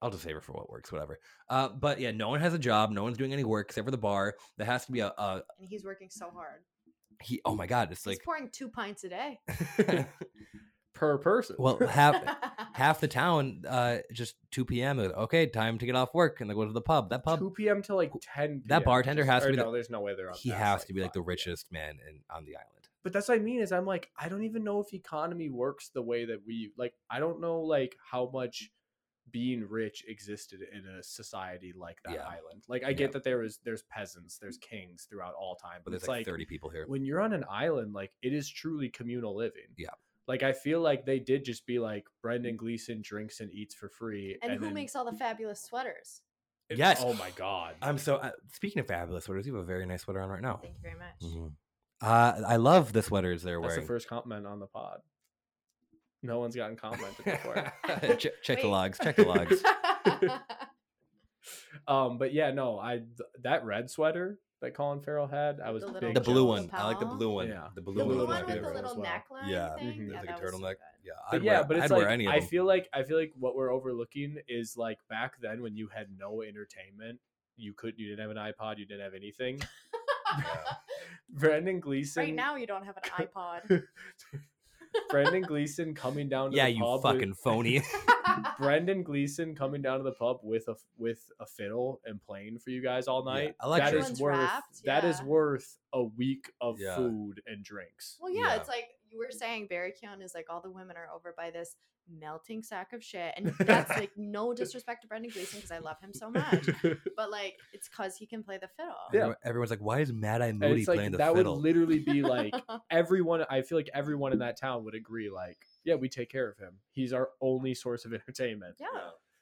C: I'll just save it for what works, whatever. Uh, but yeah, no one has a job. No one's doing any work except for the bar. There has to be a, a
E: And he's working so hard.
C: he. Oh my god, Mm. it's
E: he's
C: like
E: pouring two pints a day.
D: Per person.
C: well half half the town. Uh, just two p.m. is, Okay, time to get off work and they go to the pub. That pub,
D: two p.m. to like ten.
C: That
D: PM,
C: bartender has to
D: or
C: be the-
D: No, there's no way they're. Up
C: he
D: past,
C: has to be like the
D: 5, yeah.
C: richest man in on the island.
D: But that's what I mean is I'm like I don't even know if economy works the way that we like. I don't know like how much being rich existed in a society like that
C: Yeah.
D: island. Like I
C: Yeah.
D: get that there is there's peasants, there's kings throughout all time,
C: But
D: but
C: there's
D: it's
C: like,
D: like,
C: thirty people here.
D: when you're on an island, like it is truly communal living.
C: Yeah.
D: Like I feel like they did just be like Brendan Gleeson drinks and eats for free,
E: and, who
D: then-
E: makes all the fabulous sweaters?
D: it-
C: Yes.
D: Oh my god.
C: I'm so uh, speaking of fabulous sweaters. You have a very nice sweater on right now.
E: Thank you very much.
C: Mhm. Uh, I love the sweaters they're
D: That's the
C: wearing.
D: first compliment on the pod. No one's gotten complimented before.
E: first-
C: Che- check the
E: Wait.
C: logs. Check the logs.
D: um, but yeah, no, I th- that red sweater that Colin Farrell had, I was
E: The little
D: big
C: the blue
E: Joe
C: one. I like the
E: lapel.
C: blue one.
D: Yeah.
C: The
E: the
C: blue,
E: blue
C: was
E: one
C: my
E: with the
C: favorite.
E: little
D: well.
E: neckline
C: Yeah.
E: thing.
D: Mhm.
E: Yeah,
C: There's like
E: that
C: a
E: was so
C: turtleneck.
E: good.
C: Yeah,
D: But
C: I'd
D: yeah,
C: wear,
D: but
C: I'd
D: it's
C: wear
D: like
C: any of
D: I
C: them.
D: feel like I feel like what we're overlooking is like back then when you had no entertainment, you could you didn't have an iPod, you didn't have anything. Brandon Gleason
E: right now, you don't have an iPod.
D: Brandon Gleason coming down to
C: yeah,
D: the
C: you
D: pub with-
C: fucking phony.
D: Brendan Gleeson coming down to the pub with a f- with a fiddle and playing for you guys all
C: Yeah,
D: night. That
C: electric.
D: is
E: Everyone's
D: worth
E: wrapped,
D: that is
E: yeah.
D: worth a week of
C: Yeah.
D: food and drinks.
E: well, yeah,
C: Yeah.
E: it's like you were saying, Barry Keown is like all the women are over by this melting sack of shit, and that's like no disrespect to Brendan Gleeson because I love him so much, but like it's because he can play the fiddle.
D: Yeah.
C: Everyone- Everyone's like, "Why is Mad Eye
D: and
C: Moody
D: it's like
C: playing the
D: that
C: fiddle?"
D: would literally be like everyone. I feel like everyone in that town would agree. Like, yeah, we take care of him. He's our only source of entertainment.
E: Yeah. Yeah.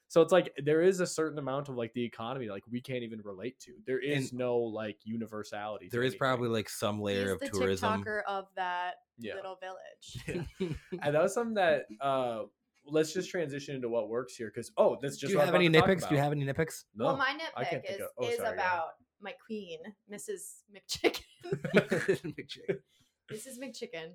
D: So it's like there is a certain amount of like the economy like we can't even relate to. There is
C: And
D: no like universality. to
C: there is
D: anything.
C: probably like some layer
E: He's
C: of
E: the
C: tourism.
E: TikToker of that
D: yeah.
E: little village.
D: and that was something that uh let's just transition into what works here because oh that's just
C: Do you
D: what
C: have
D: I'm
C: any
D: about to talk
C: nitpicks? Do you
D: about.
C: have any nitpicks?
D: no
E: well, Oh my
D: Oh, I can't
E: nitpick
D: think
E: is,
D: of- oh,
E: is
D: sorry, yeah.
E: about my queen, Mrs. McChicken. Mrs. McChicken.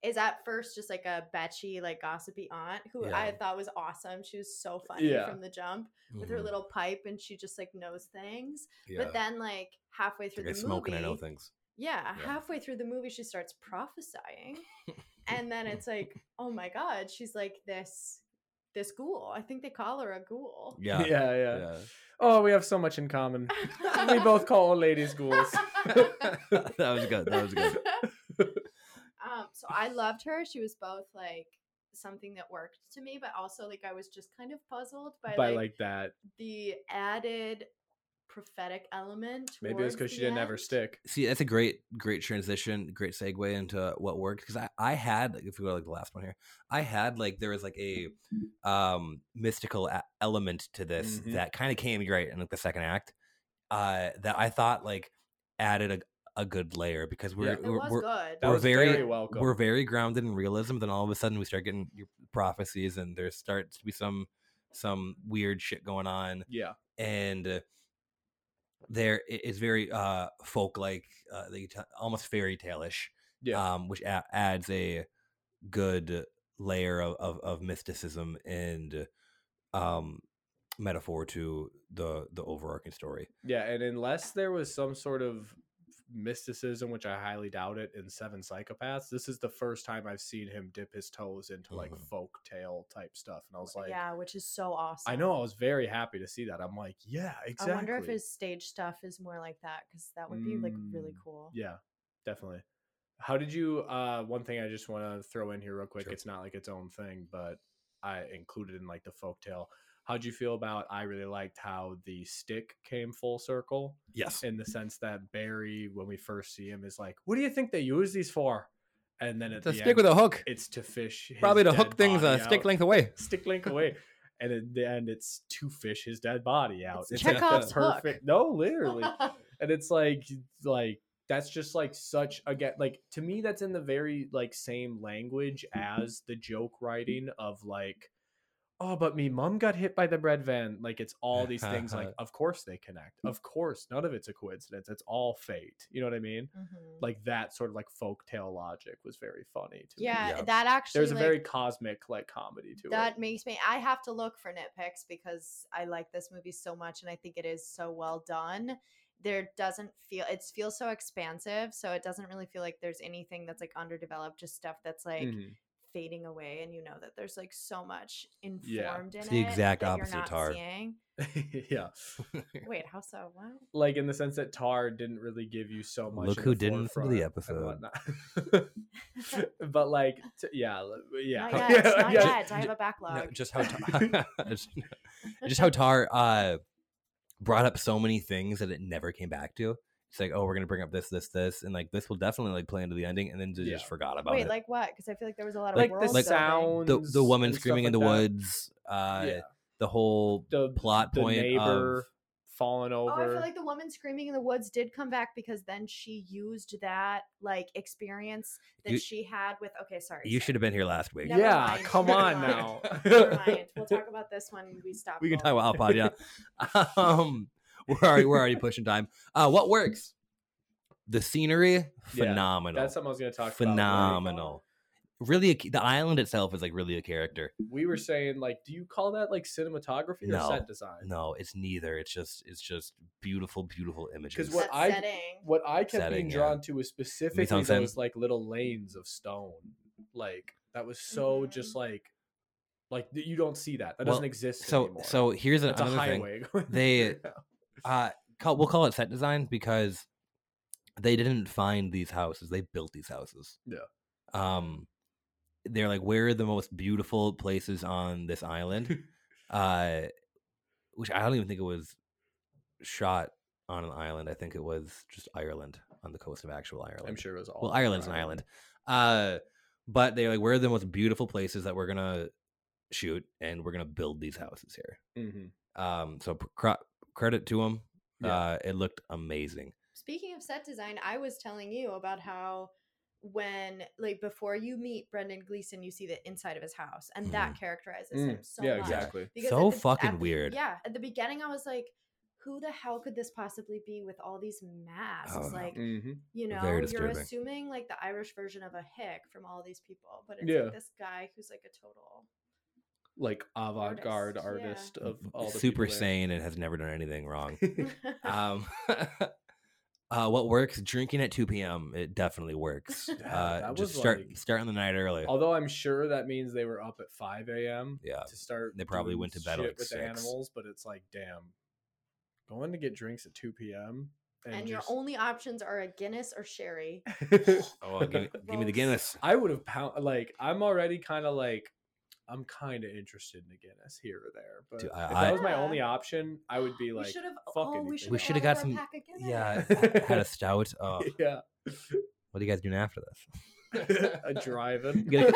E: is at first just like a betchy, like gossipy aunt who I
C: Yeah.
E: thought was awesome. She was so funny
D: Yeah. Mm-hmm.
E: from the jump with her
C: Mhm.
E: little pipe and she just like knows things.
C: yeah.
E: But then like halfway through
C: Like, I
E: the
C: smoke and I know
E: movie,
C: things.
E: yeah,
C: Yeah.
E: halfway through the movie, she starts prophesying, and then it's like, oh my god, she's like this, this ghoul. I think they call her a ghoul.
C: Yeah.
D: yeah, yeah.
C: yeah.
D: Oh, we have so much in common. we both call old ladies ghouls.
C: that was good. That was good.
E: um, so I loved her. She was both like something that worked to me, but also like I was just kind of puzzled by,
D: By
E: like,
D: like that,
E: the added prophetic element.
D: maybe it was because
E: towards
D: she
E: the
D: didn't ever
E: end.
D: stick.
C: See, that's a great, great transition, great segue into what worked. Because I, I had, like, if we go to like the last one here, I had like there was like a um mystical a- element to this
D: Mhm.
C: that kind of came right in like the second act. Uh, that I thought like added a, a good layer because we're
D: Yeah.
E: It
C: we're,
E: was
C: we're
E: good.
D: That
C: We're
D: was
C: very-
D: very, welcome.
C: we're very grounded in realism. Then all of a sudden we start getting your prophecies, and there starts to be some some weird shit going on.
D: yeah,
C: and uh, there it is very uh folk like uh they t- almost fairy tale-ish
D: yeah.
C: um which a- adds a good layer of, of of mysticism and um metaphor to the the overarching story
D: Yeah, and unless there was some sort of mysticism, which I highly doubt it, in Seven Psychopaths, this is the first time I've seen him dip his toes into like
C: Mhm.
D: folk tale type stuff. And I was like,
E: yeah, which is so awesome.
D: I know, I was very happy to see that. I'm like, yeah, exactly.
E: I wonder if his stage stuff is more like that because that would be like really
D: Mm,
E: cool.
D: Yeah, definitely. How did you? Uh, one thing I just want to throw in here real quick.
C: Sure.
D: It's not like its own thing, but I included in like the folktale. How'd you feel about? I really liked how the stick came full circle.
C: yes
D: in the sense that Barry, when we first see him, is like, "What do you think they use these for?" And then at
C: to
D: the
C: stick
D: end,
C: with a hook
D: it's to fish, his
C: probably to
D: dead
C: hook things a
D: body
C: stick
D: out.
C: length away
D: stick link away. And at the end, it's to fish his dead body out.
E: It's
D: like
E: Chekhov's hook.
D: No, literally, and it's like, like that's just like such again, like to me, that's in the very like same language as the joke writing of like. Oh, but me mom got hit by the bread van. Like it's all these things. Like, of course they connect. Of course, none of it's a coincidence. It's all fate. You know what I mean?
E: Mhm.
D: Like that sort of like folktale logic was very funny. To
E: yeah,
C: Yeah.
E: that actually
D: there's a
E: like,
D: very cosmic like comedy to it.
E: that makes me. I have to look for nitpicks because I like this movie so much, and I think it is so well done. There doesn't feel it feels so expansive, so it doesn't really feel like there's anything that's like underdeveloped. Just stuff that's like
D: Mhm.
E: fading away, and you know that there's like so much
D: Yeah.
E: informed in
C: It's the
E: it
C: exact
E: that
C: opposite
E: you're
C: of
E: not
C: Tar.
E: seeing.
D: yeah.
E: Wait, how so? What?
D: Like in the sense that Tar didn't really give you so much.
C: Look
D: in
C: who
D: the
C: didn't listen to the
D: forefront and whatnot. but like, t- yeah, l- yeah,
E: Not yet. Not
D: yeah.
E: yet. I have a backlog.
C: No, just how tar, just, just how tar uh, brought up so many things that it never came back to. It's like, oh, we're gonna bring up this, this, this, and like this will definitely like play into the ending, and then they just
D: Yeah.
C: forgot about
E: Wait,
C: it.
E: like what? Because I feel like there was a lot of
D: Like
E: world
D: the
E: building.
D: sound,
C: the the woman screaming in the
D: wood.
C: woods, uh,
D: yeah.
C: the whole
D: the
C: plot
D: the
C: point
D: neighbor
C: of
D: falling
E: Oh,
D: over.
E: I feel like the woman screaming in the woods did come back because then she used that like experience that
C: You-
E: she had with. Okay, sorry.
C: you
E: sorry.
C: should have been here last week.
E: Never
D: Yeah,
E: mind,
D: come
E: never
D: on
E: mind,
D: now.
E: Never mind. We'll talk about this when we stop.
C: We can talk
E: rolling.
C: about Alpod, yeah. um, we're already we're already pushing time. Uh, what works? The scenery, phenomenal.
D: That's something I was going to talk about. like,
C: phenomenal. Really, a, the island itself is like really a character.
D: we were saying, like, do you call that like cinematography or
C: No,
D: set design?
C: No, it's neither. It's just it's just beautiful, beautiful images.
D: what
E: That
D: I-
E: setting.
D: what I kept
C: setting,
D: being
C: yeah.
D: drawn to was specifically
C: saying?
D: those like little lanes of stone. Like that was so just
E: Mm-hmm.
D: like like th- you don't see that. That doesn't
C: Well,
D: exist
C: so
D: anymore.
C: so here's
D: it's a
C: another thing.
D: highway. going
C: They-
D: through now.
C: Uh, call, we'll call it set design because they didn't find these houses; they built these houses.
D: Yeah.
C: Um, they're like, where are the most beautiful places on this island? uh, which I don't even think it was shot on an island. I think it was just Ireland on the coast of actual Ireland.
D: I'm sure it was all
C: well ireland's an island uh but they're like where are the most beautiful places that we're gonna shoot and we're gonna build these houses here
D: hmm
C: um so pr- cro- credit to them
D: Yeah.
C: uh it looked amazing
E: Speaking of set design, I was telling you about how when like before you meet Brendan Gleeson, you see the inside of his house,
C: Mm.
E: and that characterizes him so
D: Mm. yeah,
E: much.
D: exactly.
E: Because
C: So
E: at the-
C: fucking
E: at the-
C: weird.
E: Yeah. At the beginning, I was like, who the hell could this possibly be with all these masks?
C: Oh, no.
E: like,
D: Mm-hmm.
E: you know,
C: Very
E: you're
C: disturbing.
E: assuming like the Irish version of a hick from all these people, but it's
D: Yeah.
E: like this guy who's like a total.
D: Like avant garde
E: Artist,
D: artist of all the
C: Mm-hmm. super
D: people there.
C: sane and has never done anything wrong.
D: Ah,
C: um, uh, what works? Drinking at 2 p.m. It definitely works.
E: Yeah,
C: Uh,
D: that
C: just
D: was
C: start
D: like-
C: starting the night early.
D: Although I'm sure that means they were up at 5 a.m.
C: Yeah,
D: to start.
C: they probably
D: doing
C: went to bed at,
D: shit
C: like,
D: with the
C: 6.
D: animals, but it's like, damn, going to get drinks at 2 p.m. and,
E: and your
D: just-
E: only options are a Guinness or sherry.
C: oh, give, give me the
E: Gross.
C: Guinness.
D: I would have pound like I'm already kind of like I'm kind of interested in a Guinness here or there, but
C: Dude,
D: if
C: I- I-
D: that was my
E: Yeah.
D: only option, I would be
E: we
D: like,
E: should have.
D: fuck
E: Oh, we
D: anything.
E: should
C: We
E: have
C: should've got some- Yeah, I had a stout. Oh,
D: yeah,
C: what are you guys doing after this?
D: a driving.
C: Get a, get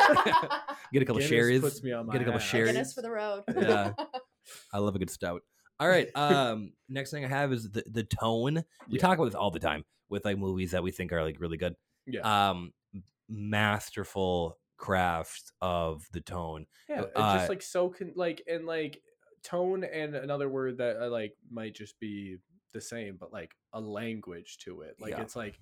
C: a couple
D: Guinness
C: sherries.
D: puts me on
C: get a
D: my
C: couple
D: ass.
C: sherries.
E: Guinness for the road.
C: Yeah. I love a good stout. All right. Um, next thing I have is the, the tone. We
D: Yeah.
C: talk about this all the time with like movies that we think are like really good.
D: Yeah,
C: Um, masterful craft of the tone.
D: yeah, it's
C: uh,
D: just like so con- like and like tone and another word that I like might just be the same, but like a language to it. Like
C: Yeah.
D: it's like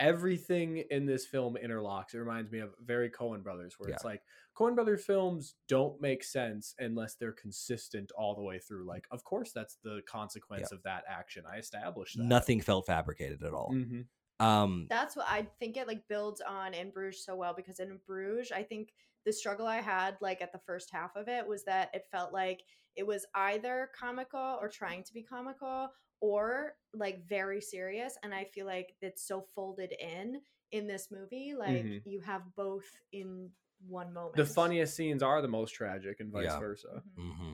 D: everything in this film interlocks. It reminds me of very Cohen Brothers, where it's like Cohen Brother films don't make sense unless they're consistent all the way through. Like, of course, that's the consequence of that action. I established that.
C: Nothing felt fabricated at all.
D: hmm
C: Um,
E: That's what I think it like builds on in Bruges so well because in Bruges, I think the struggle I had like at the first half of it was that it felt like it was either comical or trying to be comical or like very serious. And I feel like it's so folded in in this movie. Like
D: Mhm.
E: you have both in one moment.
D: The funniest scenes are the most tragic, and vice
C: Yeah.
D: versa.
E: Mhm.
C: hmm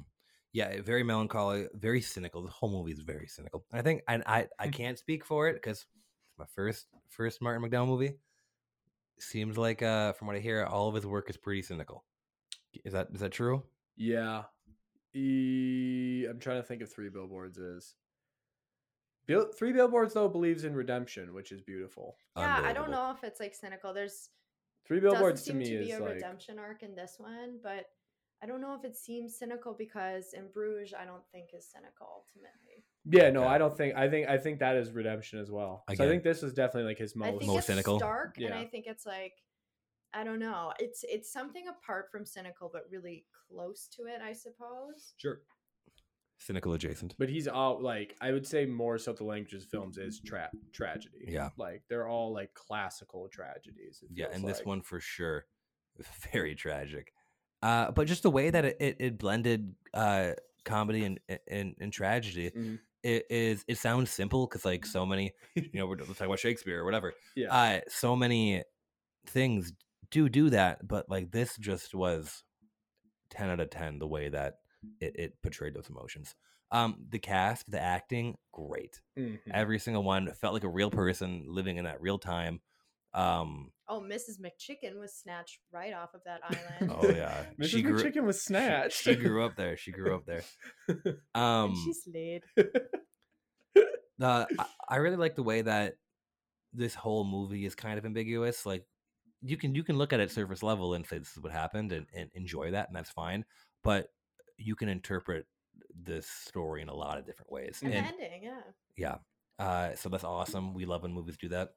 C: Yeah, very melancholy, very cynical. The whole movie is very cynical. I think, and I, I can't speak for it because it's my first first Martin McDowell movie. Seems like, uh, from what I hear, all of his work is pretty cynical. Is that is that true?
D: Yeah. E- I'm trying to think of three billboards is. Bill- three billboards though believes in redemption, which is beautiful.
E: Yeah, I don't
C: Unbelievable.
E: know if it's like cynical. There's
D: Three
E: doesn't
D: billboards to
E: seem
D: me
E: to be
D: is
E: a
D: like
E: redemption arc in this one, but I don't know if it seems cynical because in Bruges, I don't think is cynical ultimately.
D: yeah no
C: Okay.
D: I don't think I think I think that is redemption as well. So
C: Again.
D: I think this is definitely like his
E: I
D: most
E: think
C: Most
E: it's
C: cynical?
E: stark, and
D: Yeah.
E: I think it's like I don't know. It's it's something apart from cynical, but really close to it, I suppose.
C: Sure. Cynical adjacent.
D: but he's all like I would say more so the languages films is
E: Mm-hmm.
D: trap tragedy.
C: Yeah.
D: like they're all like classical tragedies. it
C: Yeah,
D: feels
C: and this
D: like.
C: one for sure, very tragic. Uh, but just the way that it, it, it blended uh, comedy and, and and tragedy,
D: Mhm.
C: it is it sounds simple because like so many, you know, we're talking about Shakespeare or whatever.
D: yeah
C: Uh, so many things do do that, but like this just was ten out of ten the way that it, it portrayed those emotions. Um, the cast, the acting, great.
D: Mhm.
C: every single one felt like a real person living in that real time um
E: Oh, Mrs. McChicken was snatched right off of that island.
C: oh yeah
D: Mrs. McChicken was
C: she-
D: snatched.
C: she, grew up there she grew up there um
E: and she's laid.
C: uh, I, I really like the way that this whole movie is kind of ambiguous like you can you can look at it surface level and say this is what happened and, and enjoy that and that's fine but you can interpret this story in a lot of different ways
E: And the
C: and
E: ending, yeah.
C: Yeah. Uh, so that's awesome. We love when movies do that.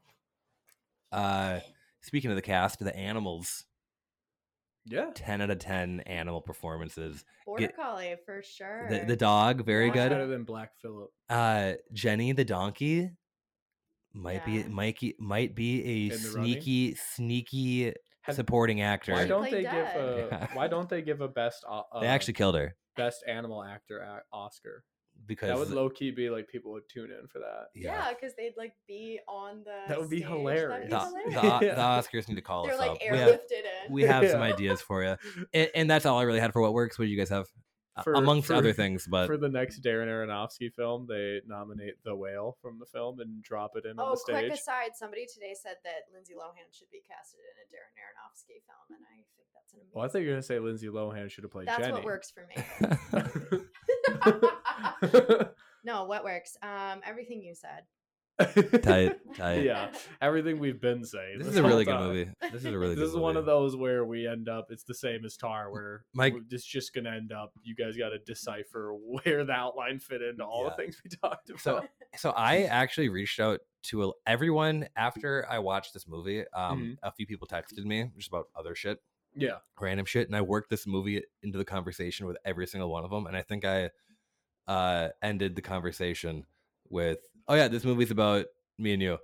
C: Uh, speaking of the cast, the animals,
D: yeah
C: 10 out of 10 animal performances.
E: Border Collie for sure.
C: The, the dog, very
E: Yeah.
D: better
C: good.
D: than Black Phillip.
C: Uh, Jenny, the donkey, might be
E: Yeah.
C: Mikey might be a
D: In the running?
C: sneaky, sneaky
D: Have-
C: supporting actor.
D: Why
E: She
D: don't
E: played
D: they give
E: dead.
D: a
C: Yeah.
D: Why don't they give a best o- uh,
C: they actually killed her
D: best animal actor a- Oscar?
C: because
D: That would low key be like people would tune in for that.
E: yeah, because they'd like be on the.
D: That would be
E: stage. That'd
D: hilarious.
E: be
C: The,
E: hilarious.
C: the, O- the
D: Yeah.
C: Oscars need to call
E: They're
C: us
E: like
C: up. We have,
E: airlifted in.
C: we have some
D: Yeah.
C: ideas for you, and, and that's all I really had for what works. What do you guys have, Uh,
D: For-
C: amongst
D: for-
C: other things? But
D: for the next Darren Aronofsky film, they nominate the whale from the film and drop it in on
E: Oh,
D: the
E: quick
D: stage.
E: aside! Somebody today said that Lindsay Lohan should be casted in a Darren Aronofsky film, and I think that's an amazing.
D: well, Oh, I thought you were gonna say Lindsay Lohan should have played
E: that's
D: Jenny.
E: what works for me.
D: works.
E: no, what works? Um, everything you said.
C: Tight, tight.
D: yeah, everything we've been saying.
C: This is a
D: whole
C: really good
D: time.
C: movie. This is a really good
D: this is one of
C: movie.
D: those where we end up. It's the same as Tar, where
C: Mike-
D: we're- it's just gonna end up. You guys got to decipher where the outline fit into all
C: Yeah.
D: the things we talked about.
C: So, so I actually reached out to a- everyone after I watched this movie. Um,
D: Mm-hmm.
C: a few people texted me just about other shit,
D: yeah,
C: random shit, and I worked this movie into the conversation with every single one of them. And I think I uh, ended the conversation with, "Oh yeah, this movie's about me and you."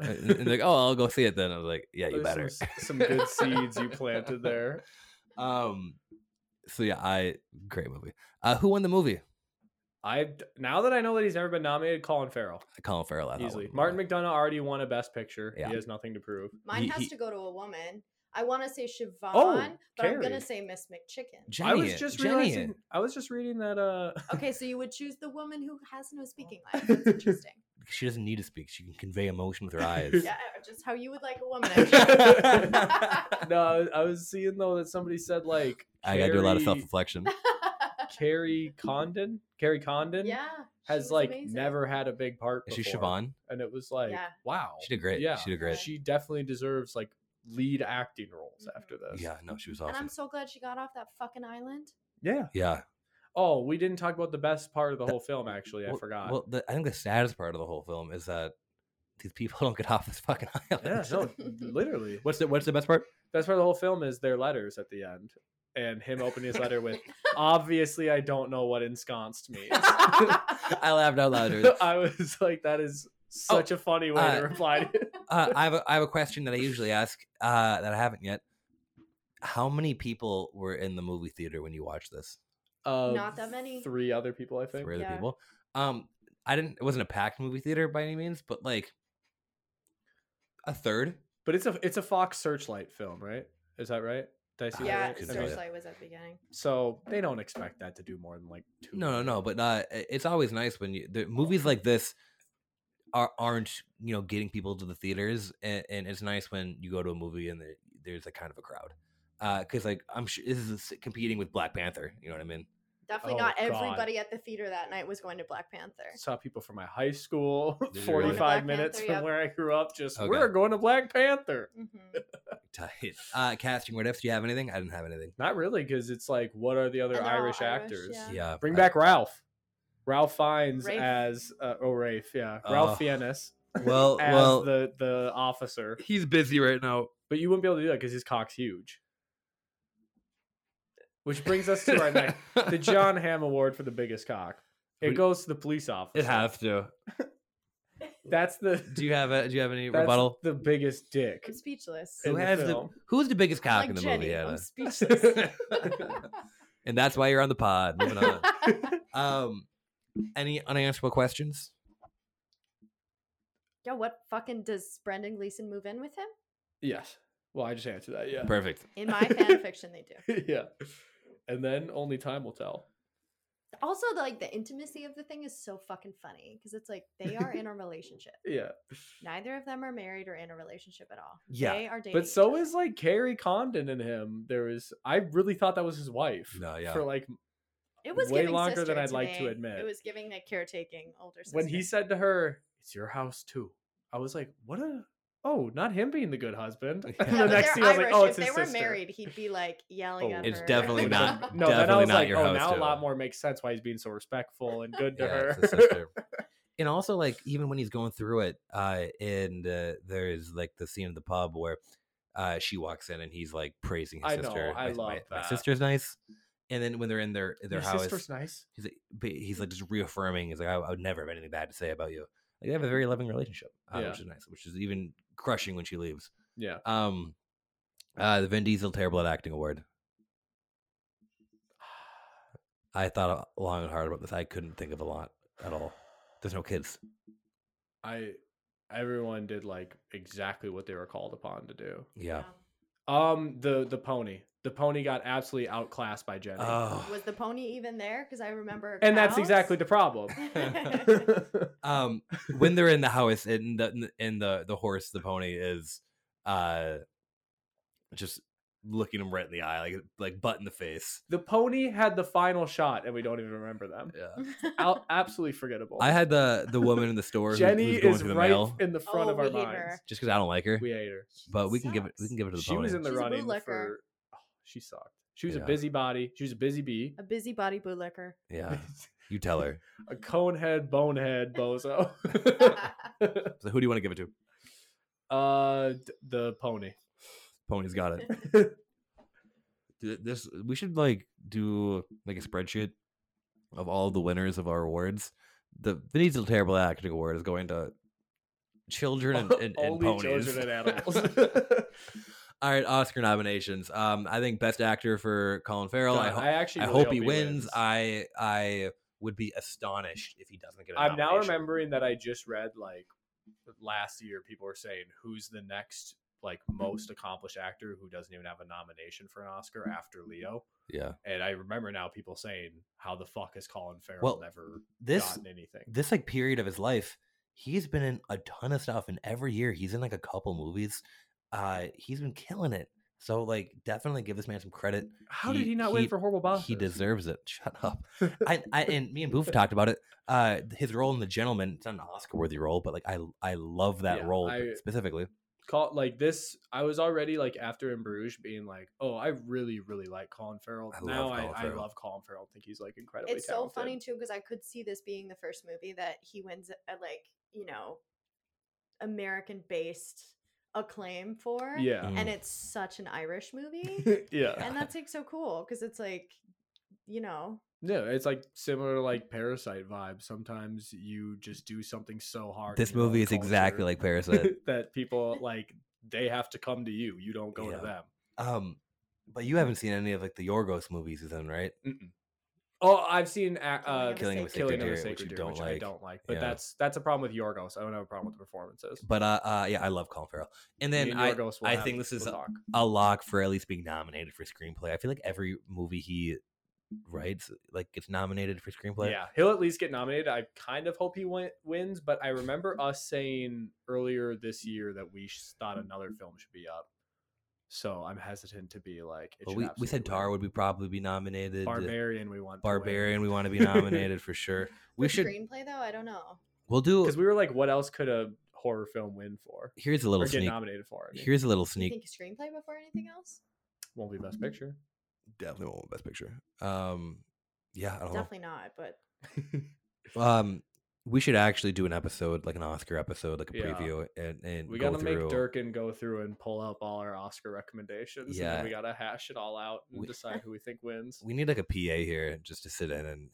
C: And, and like, "Oh, I'll go see it then." I was like, "Yeah, you
D: There's
C: better."
D: Some, s- some good seeds you planted there.
C: Um, so yeah, I great movie. Uh, who won the movie?
D: I d- now that I know that he's never been nominated, Colin Farrell
C: Colin Farrell. I thought, won
D: easily.
C: the
D: Martin
C: movie.
D: McDonough already won a Best Picture.
C: Yeah.
D: He has nothing to prove.
E: Mine
C: He-
E: has
C: he-
E: to go to a woman. I want to say Siobhan, but I'm
D: Oh, Carrie.
E: gonna say Miss McChicken.
D: I
C: Jenny
D: was
C: it,
D: just
C: Jenny it.
D: realizing. I was just reading that. Uh,
E: Okay, so you would choose the woman who has no speaking lines. That's interesting.
C: she doesn't need to speak. She can convey emotion with her eyes.
E: Yeah, uh, just how you would like a woman. I'm sure.
D: no, I was seeing though that somebody said like
C: I gotta do a lot of self
D: Carrie-
C: reflection.
D: Carrie Condon, Carrie Condon,
E: yeah, she
D: has
E: was
D: like
E: amazing.
D: never had a big part.
C: Is she
D: before,
C: Siobhan?
D: And it was like,
E: Yeah.
D: wow,
C: She did great.
D: Yeah,
C: She did great.
E: She-
D: She definitely deserves like lead acting roles after
E: Mm-hmm.
D: this.
C: Yeah, no, she was
E: And
C: awesome.
E: I'm so glad she got off that fucking island.
D: yeah.
C: Yeah.
D: Oh, we didn't talk about the best part of the
C: That-
D: whole film. Actually, I
C: well,
D: forgot.
C: Well, the, I think the saddest part of the whole film is that these people don't get off this fucking island.
D: yeah, no, literally.
C: What's the What's the best part?
D: Best part of the whole film is their letters at the end, and him opening his letter with, "Obviously, I don't know what ensconced means."
C: I laughed out loud. dude.
D: I was like, that is such a funny way
C: uh,
D: to reply. To it.
C: Uh, I have a, I have a question that I usually ask uh, that I haven't yet. How many people were in the movie theater when you watched this?
D: Uh,
E: Not that many.
D: Three other people, I think.
C: Three other
E: Yeah.
C: people. Um, I didn't. It wasn't a packed movie theater by any means, but like a third.
D: But it's a it's a Fox Searchlight film, right? Is that right? Did I see
E: yeah,
D: that right?
C: Couldn't tell ya.
E: Searchlight was at the beginning.
D: So they don't expect that to do more than like two.
C: No, no, no. But uh, i- it's always nice when you the movies like this are aren't you know getting people to the theaters, and, and it's nice when you go to a movie and there, there's a kind of a crowd. Because like I'm sure this is s- competing with Black Panther. You know what I mean?
E: Definitely
D: Oh,
E: not
D: God.
E: everybody at the theater that night was going to Black Panther.
D: Saw people from my high school,
C: Did you really?
D: forty
E: Black
D: five minutes
E: Panther,
D: from
E: yep.
D: where I grew up. Just
C: Okay.
D: we're going to Black Panther.
E: Mhm.
C: Tight. Uh, casting what ifs? Do you have anything? I didn't have anything.
D: Not really, because it's like, what are the other
E: And they're all
D: Irish
E: Irish,
D: actors?
E: yeah.
C: Yeah.
D: Bring
C: I-
D: back Ralph. Ralph Fiennes
E: Rafe.
D: as uh, oh Rafe, yeah, Ralph
C: Oh.
D: Fiennes
C: well,
D: as
C: well.
D: the the officer.
C: He's busy right now.
D: But you wouldn't be able to do that because his cock's huge. Which brings us to our next the John Hamm Award for the biggest cock. It
C: Who-
D: goes to the police officer.
C: It has to.
D: That's the
C: Do you have a, Do you have any
D: that's
C: rebuttal?
D: the biggest dick.
E: I'm speechless.
D: in
C: Who
D: the
C: has the,
D: film.
C: Who's the biggest cock
E: like
C: in the
E: Jenny,
C: movie?
E: I'm
C: Anna?
E: speechless.
C: and that's why you're on the pod. Moving on. Um, any unanswerable questions?
E: yeah, what fucking does Brendan Gleeson move in with him?
D: Yes. Well, I just answered that. Yeah.
C: Perfect.
E: In my fan fiction, they do.
D: yeah. And then only time will tell.
E: Also, the, like the intimacy of the thing is so fucking funny because it's like they are in a relationship.
D: Yeah.
E: Neither of them are married or in a relationship at all.
C: Yeah,
E: they are dating.
D: But
E: each
D: so
E: other.
D: is like Carrie Condon and him. There was I really thought that was his wife.
C: No, yeah.
D: For like
E: it was
D: way
E: giving
D: longer than
E: sister
D: I'd like to
E: me.
D: admit.
E: It was giving like caretaking older sister.
D: when he said to her, "It's your house too," I was like, "What a oh, not him being the good husband."
C: Yeah,
D: And
E: yeah,
D: the
E: but
D: next
E: they're
D: thing I was like,
E: Irish.
D: "Oh,
E: if
D: it's
E: they
D: his
E: were
D: sister."
E: married, he'd be like yelling
D: Oh,
E: at
C: It's
E: her.
C: definitely not-
D: No, then I
C: Definitely
D: was
C: not
D: like,
C: your
D: "Oh,
C: house
D: now a
C: too."
D: lot more makes sense why he's being so respectful and good to
C: Yeah,
D: her."
C: it's the sister. and also, like, even when he's going through it, uh, and uh, there is like the scene in the pub where uh, she walks in and he's like praising his
D: I know,
C: sister.
D: I
C: my, my-
D: love
C: my
D: that.
C: sister's nice. And then when they're in their
D: Your
C: their house,
D: sister's nice.
C: he's like, but he's like just reaffirming. He's like, I, I would never have anything bad to say about you. Like, they have a very loving relationship, uh,
D: Yeah.
C: which is nice, which is even crushing when she leaves.
D: Yeah,
C: Um, uh, the Vin Diesel Terrible at Acting Award. I thought long and hard about this. I couldn't think of a lot at all. There's no kids.
D: I everyone did like exactly what they were called upon to do.
C: Yeah.
D: Um, the the pony, the pony got absolutely outclassed by Jenny,
C: Oh.
E: Was the pony even there? Because I remember.
D: and that's
E: cows.
D: exactly the problem.
C: Um, when they're in the house and the and the the horse, the pony is, uh, just looking him right in the eye, like like butt in the face.
D: The pony had the final shot, and we don't even remember them.
C: Yeah.
D: Al- absolutely forgettable.
C: I had the the woman in the store who-
D: Jenny
C: who's going
D: is
C: through the
D: right
C: mail
D: in the front
E: Oh,
D: of our
E: we hate
D: minds.
E: her.
C: just because I don't like her.
D: We hate her.
C: but we can give it we
E: sucks.
C: can give it to the
D: She was
C: pony.
D: in the
E: She's a
D: running
E: bootlicker.
D: for. Oh, she sucked. She was
C: Yeah.
D: a busybody. She was a busy bee.
E: A busybody bootlicker.
C: yeah, you tell her.
D: a conehead, bonehead, bozo.
E: Uh,
C: So who do you want to give it to?
D: uh, d- the pony.
C: Pony's got it. Dude, this we should like do like a spreadsheet of all the winners of our awards. The Vinny's Terrible Acting Award is going to children and, and, and
D: Only
C: ponies.
D: children and animals.
C: all right, Oscar nominations. Um, I think Best Actor for Colin Farrell.
D: No,
C: I, ho-
D: I actually
C: I
D: really
C: hope he wins.
D: I
C: I I would be astonished if he doesn't get. i
D: I'm now remembering that I just read like last year people were saying who's the next like most accomplished actor who doesn't even have a nomination for an Oscar after Leo.
C: Yeah,
D: And I remember now people saying how the fuck has Colin Farrell
C: Well,
D: never
C: this
D: gotten anything?
C: this like period of his life, he's been in a ton of stuff, and every year he's in like a couple movies. Uh, he's been killing it. So like, definitely give this man some credit.
D: How did
C: he-
D: he not win
C: he-
D: for horrible bosses?
C: He deserves it. Shut up. I, I and me and Boof talked about it. Uh, his role in The Gentleman. It's not an Oscar-worthy role, but like I I love that
D: Yeah,
C: role
D: I-
C: specifically.
D: call like this i was already like after in bruges being like oh i really really like colin farrell
C: I love
D: now
C: Colin
D: I, I
C: Farrell.
D: love colin farrell think he's like incredibly
E: It's so funny
D: talented.
E: too because I could see this being the first movie that he wins a like you know American based acclaim for.
D: yeah
E: and it's such an Irish movie,
D: yeah
E: and that's like so cool because it's like you know
D: yeah it's like similar to like parasite vibe sometimes you just do something so hard in
C: This
D: your own
C: movie is exactly
D: culture
C: like Parasite.
D: that people like they have to come to you you don't go
C: Yeah.
D: to them
C: um, but you haven't seen any of like the Yorgos movies he's in, right?
D: Mm-mm. oh i've seen a- uh,
E: Killing
D: killing,
E: of a
D: of
E: Sacred
D: a
C: Deer, which
D: sacred
C: you
D: deer
C: don't
D: which i
C: like.
D: don't like but
C: Yeah.
D: that's that's a problem with yorgos i don't have a problem with the performances
C: But uh, uh yeah, I love Colin Farrell. And
D: Me
C: then
D: and
C: I,
D: Yorgos will
C: I
D: have-
C: think this is
D: we'll talk.
C: a lock for at least being nominated for screenplay. I feel like every movie he writes like gets nominated for screenplay.
D: yeah, he'll at least get nominated. I kind of hope he win- wins, but I remember us saying earlier this year that we sh- thought
C: Mm-hmm.
D: another film should be up. So I'm hesitant to be like. It
C: But
D: should
C: we, we said
D: absolutely
C: Tar
D: win.
C: would be probably be nominated. uh,
D: Barbarian. We want
C: Barbarian, we want to be nominated for sure. We
E: for
C: should.
E: screenplay though. I don't know.
C: We'll do.
D: because we were like, what else could a horror film win for
C: Here's a
D: or
C: little
D: get
C: sneak.
D: nominated for? I mean,
C: Here's a little
E: Do you
C: sneak.
E: think screenplay before anything else?
D: won't be best picture.
C: Definitely won't win Best Picture. Um, yeah, I don't know.
E: Definitely not. But
C: Um, we should actually do an episode, like an Oscar episode, like a
D: Yeah.
C: preview, and and
D: We
C: go
D: gotta
C: through.
D: make Durkin go through and pull up all our Oscar recommendations. and
C: Yeah.
D: then we gotta hash it all out and
C: We-
D: decide who we think wins.
C: We need like a PA here just to sit in and,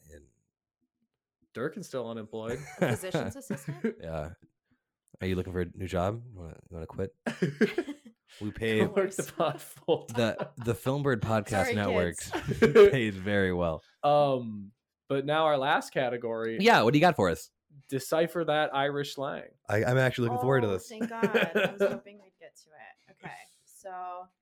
D: Durkin's still unemployed.
E: a
C: and
E: physician's assistant.
C: yeah. Are you looking for a new job? You want to quit? We pay
E: Hey,
D: Work the
E: worse.
D: pot full
C: the the Filmbird Podcast
E: Sorry,
C: Network
E: kids.
C: pays very well.
D: Um, but now our last category,
C: Yeah, what do you got for us?
D: decipher that Irish slang.
C: I, I'm actually looking forward to
E: Oh,
C: this.
E: Thank God. I was hoping we'd get to it. Okay. So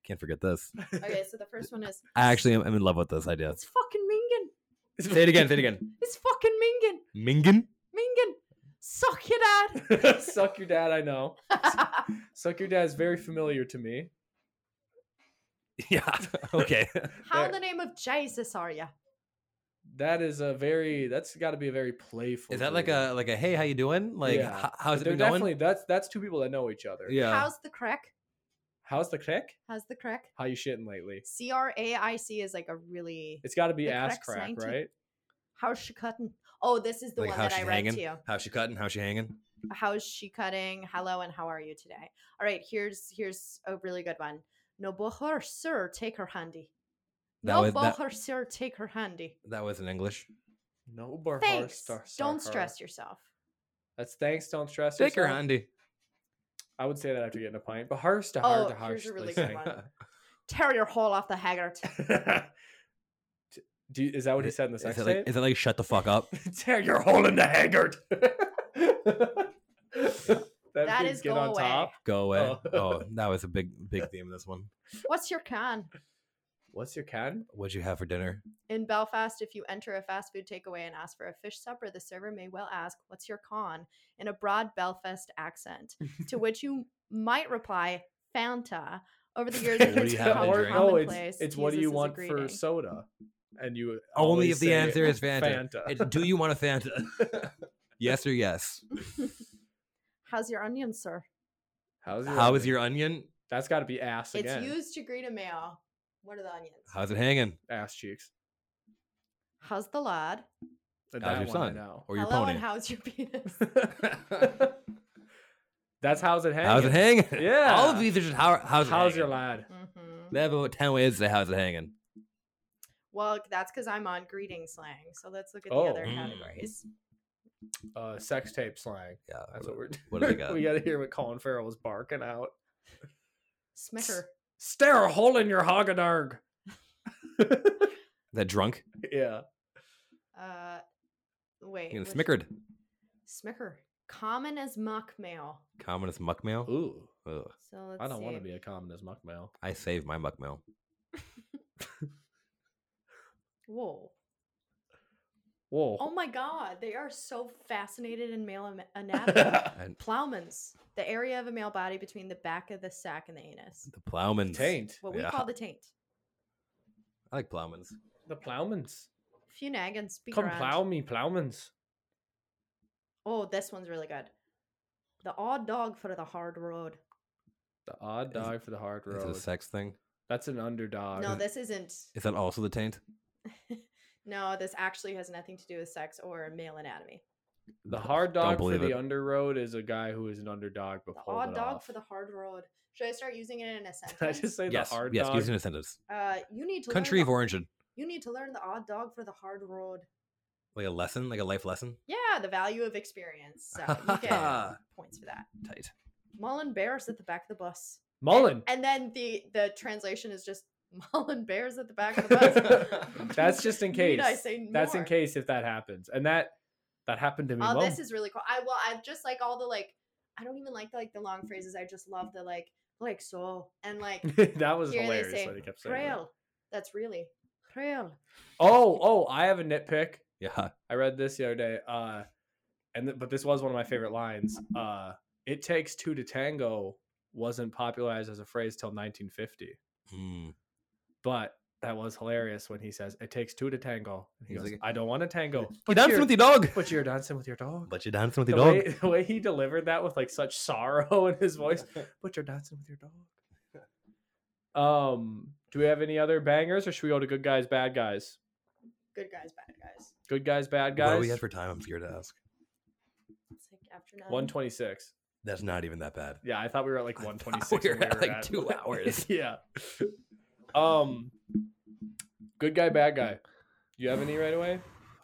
C: Can't forget this.
E: okay, so the first one is
C: I actually am I'm in love with this idea.
E: it's fucking mingin.
C: Say it again. Say it again.
E: It's fucking mingin.
C: Mingen.
E: Mingin. Suck your dad.
D: Suck your dad, I know. Suck your dad is very familiar to me.
C: Yeah. Okay.
E: How in
D: There.
E: the name of Jesus are you?
D: That is a very that's got to be a very playful.
C: Is that like
D: greeting.
C: a like a hey, how you doing? Like
D: Yeah.
C: h- how's it
D: They're
C: been
D: definitely
C: going?
D: that's that's two people that know each other.
C: Yeah.
E: How's the crack?
D: How's the crack?
E: How's the crack?
D: How you shitting lately?
E: C R A I C is like a really
D: It's got to be
E: The
D: ass
E: crack's
D: crack,
E: 19.
D: right?
E: how's she cutting? Oh, this is the
C: like
E: one
C: how
E: that I
C: she's
E: read
C: hanging?
E: to you.
C: How's she cutting? How's she hanging?
E: How's she cutting? Hello and how are you today? All right, here's here's a really good one. No boher sir, take her handy.
C: That
E: No
C: was- that-
E: boher sir, take her handy.
C: That was in English.
D: No bar
E: Thanks. Don't stress yourself.
D: That's thanks. Don't stress.
C: Take her
D: yourself.
C: handy.
D: I would say that after getting a pint, but harsh to
E: Oh,
D: hard to harsh.
E: here's a really good one. Tear your hole off the haggart.
D: D- Do you, is that what he
C: Is-
D: said in the
C: Is
D: sex
C: it like
D: tape?
C: is it like shut the fuck up?
D: Tear your hole in the haggard.
E: That is go away.
C: Go away.
D: Oh.
C: Oh, that was a big big theme in this one.
E: What's your can?
D: What's your can?
C: What'd you have for dinner?
E: In Belfast, if you enter a fast food takeaway and ask for a fish supper, the server may well ask, What's your con? in a broad Belfast accent, to which you might reply, Fanta, Over the years, it's
C: do you have
E: become
C: to
D: Or
C: drink?
D: no,
E: commonplace.
D: Oh, it's, it's what do
E: Jesus
D: you
E: is
D: want for
E: agreeing.
D: soda? And you
C: Only
D: always
C: if the
D: say,
C: answer is Fanta.
D: Fanta.
C: It's, do you want a Fanta? yes or yes.
E: How's your onion, sir?
D: How's your
C: How
D: onion?
C: is your onion?
D: That's got to be ass again.
E: It's used to greet a male. What are the onions?
C: How's it hanging?
D: ass cheeks.
E: How's the lad?
D: That
C: How's your
D: one I
C: son
D: know.
C: or your
E: Hello,
C: pony?
E: and how's your penis?
D: That's how's it hanging.
C: How's it hanging?
D: Yeah.
C: All of these are just how, how's it
D: How's your
C: hanging.
D: lad?
E: hmm
C: They have about ten ways to say how's it hanging.
E: Well, that's because I'm on greeting slang. So let's look at the other
D: Oh.
C: Mm.
E: categories.
D: Uh, sex tape slang.
C: Yeah.
D: That's
C: what-
D: what we're.
C: what do we got?
D: we got to hear what Colin Farrell was barking out.
E: Smicker.
D: Stare a hole in your hogadarg.
C: that drunk?
D: yeah.
E: Uh, wait.
C: You know,
E: which-
C: smickered.
E: Smicker. Common as muck male.
C: Common as muck mail.
D: Ooh.
C: Ugh,
E: So let's
D: I don't want to
E: see.
D: be a communist muck male.
C: I save my muck mail.
E: Whoa.
D: Whoa.
E: Oh my god, they are so fascinated in male am- anatomy.
C: And
E: Plowmans, the area of a male body between the back of the sack and the anus.
C: the plowmans.
D: Taint.
E: What we
C: Yeah.
E: call the taint.
C: I like plowmans.
D: The plowmans.
E: Funag speak
D: Come
E: around.
D: plow me, plowmans.
E: Oh, this one's really good. The odd dog for the hard road.
D: The odd
C: Is-
D: dog for the hard
C: Is it a
D: road.
C: sex thing?
D: That's an underdog.
E: No, this isn't.
C: Is that also the taint?
E: No, this actually has nothing to do with sex or male anatomy.
D: the hard dog for
C: believe
D: the
C: it.
D: underroad is a guy who is an underdog but
E: The
D: pulled
E: odd
D: it
E: dog
D: off.
E: for the hard road. Should I start using it in a sentence?
D: Did I just say
C: yes.
D: the hard
C: yes.
D: dog?
C: Using a sentence.
E: uh, you need to
C: Country of
E: learn
C: origin.
E: the, You need to learn the odd dog for the hard road.
C: Like a lesson, like a life lesson.
E: Yeah, the value of experience. So you get points for that.
C: Tight.
E: Mullen bears at the back of the bus.
D: Mullen.
E: And then the the translation is just Mullen bears at the back of the bus.
D: That's just in
E: Need I
D: case.
E: say
D: That's in
E: more?
D: case if that happens, and that that happened to me.
E: Oh,
D: once.
E: this is really cool. I well, I just like all the like. I don't even like the, like the long phrases. I just love the like like so and like
D: that was
E: here they
D: hilarious.
E: say
D: that he kept saying. that.
E: trail. That's really trail.
D: Oh, oh, I have a nitpick.
C: Yeah.
D: I read this the other day. Uh, and th- but this was one of my favorite lines. Uh, it takes two to tango wasn't popularized as a phrase till 1950,
C: Mm.
D: but that was hilarious when he says it takes two to tango. And he
C: He's
D: goes,
C: like,
D: I don't want to tango.
C: You
D: But
C: dancing
D: you're,
C: with your dog.
D: but you're dancing with your dog.
C: But you dancing with
D: the,
C: your dog.
D: Way, the way he delivered that with like such sorrow in his voice. But you're dancing with your dog. Um, do we have any other bangers, or should we go to good guys, bad guys?
E: Good guys, bad guys.
D: Good guys, bad
C: What
D: guys.
C: are we at for time? I'm scared to ask.
E: It's like after nine.
D: 126.
C: That's not even that bad.
D: Yeah, I thought we were at like
C: I thought
D: 126.
C: we
D: when
C: were at, like, two hours.
D: yeah. Um, good guy, bad guy. You have any right away?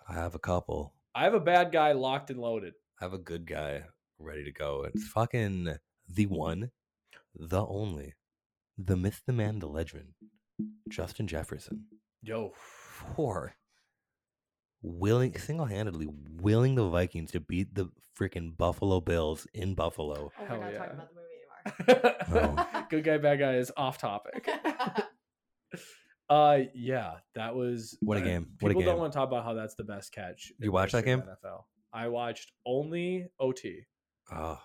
C: I have a couple.
D: I have a bad guy locked and loaded.
C: I have a good guy ready to go. It's fucking the one, the only, the myth, the man, the legend, Justin Jefferson.
D: Yo,
C: For willing, single handedly willing the Vikings to beat the freaking Buffalo Bills in Buffalo.
E: Oh, we're
D: Hell
E: not
D: yeah.
E: talking about the movie
C: Oh.
D: good guy, bad guy is off topic.
E: anymore.
D: Uh, yeah, that was
C: What a
D: uh,
C: game.
D: People
C: What a
D: don't
C: game.
D: want to talk about how that's the best catch. in
C: You watch that
D: history of
C: game?
D: NFL. I watched only OT.
C: Oh,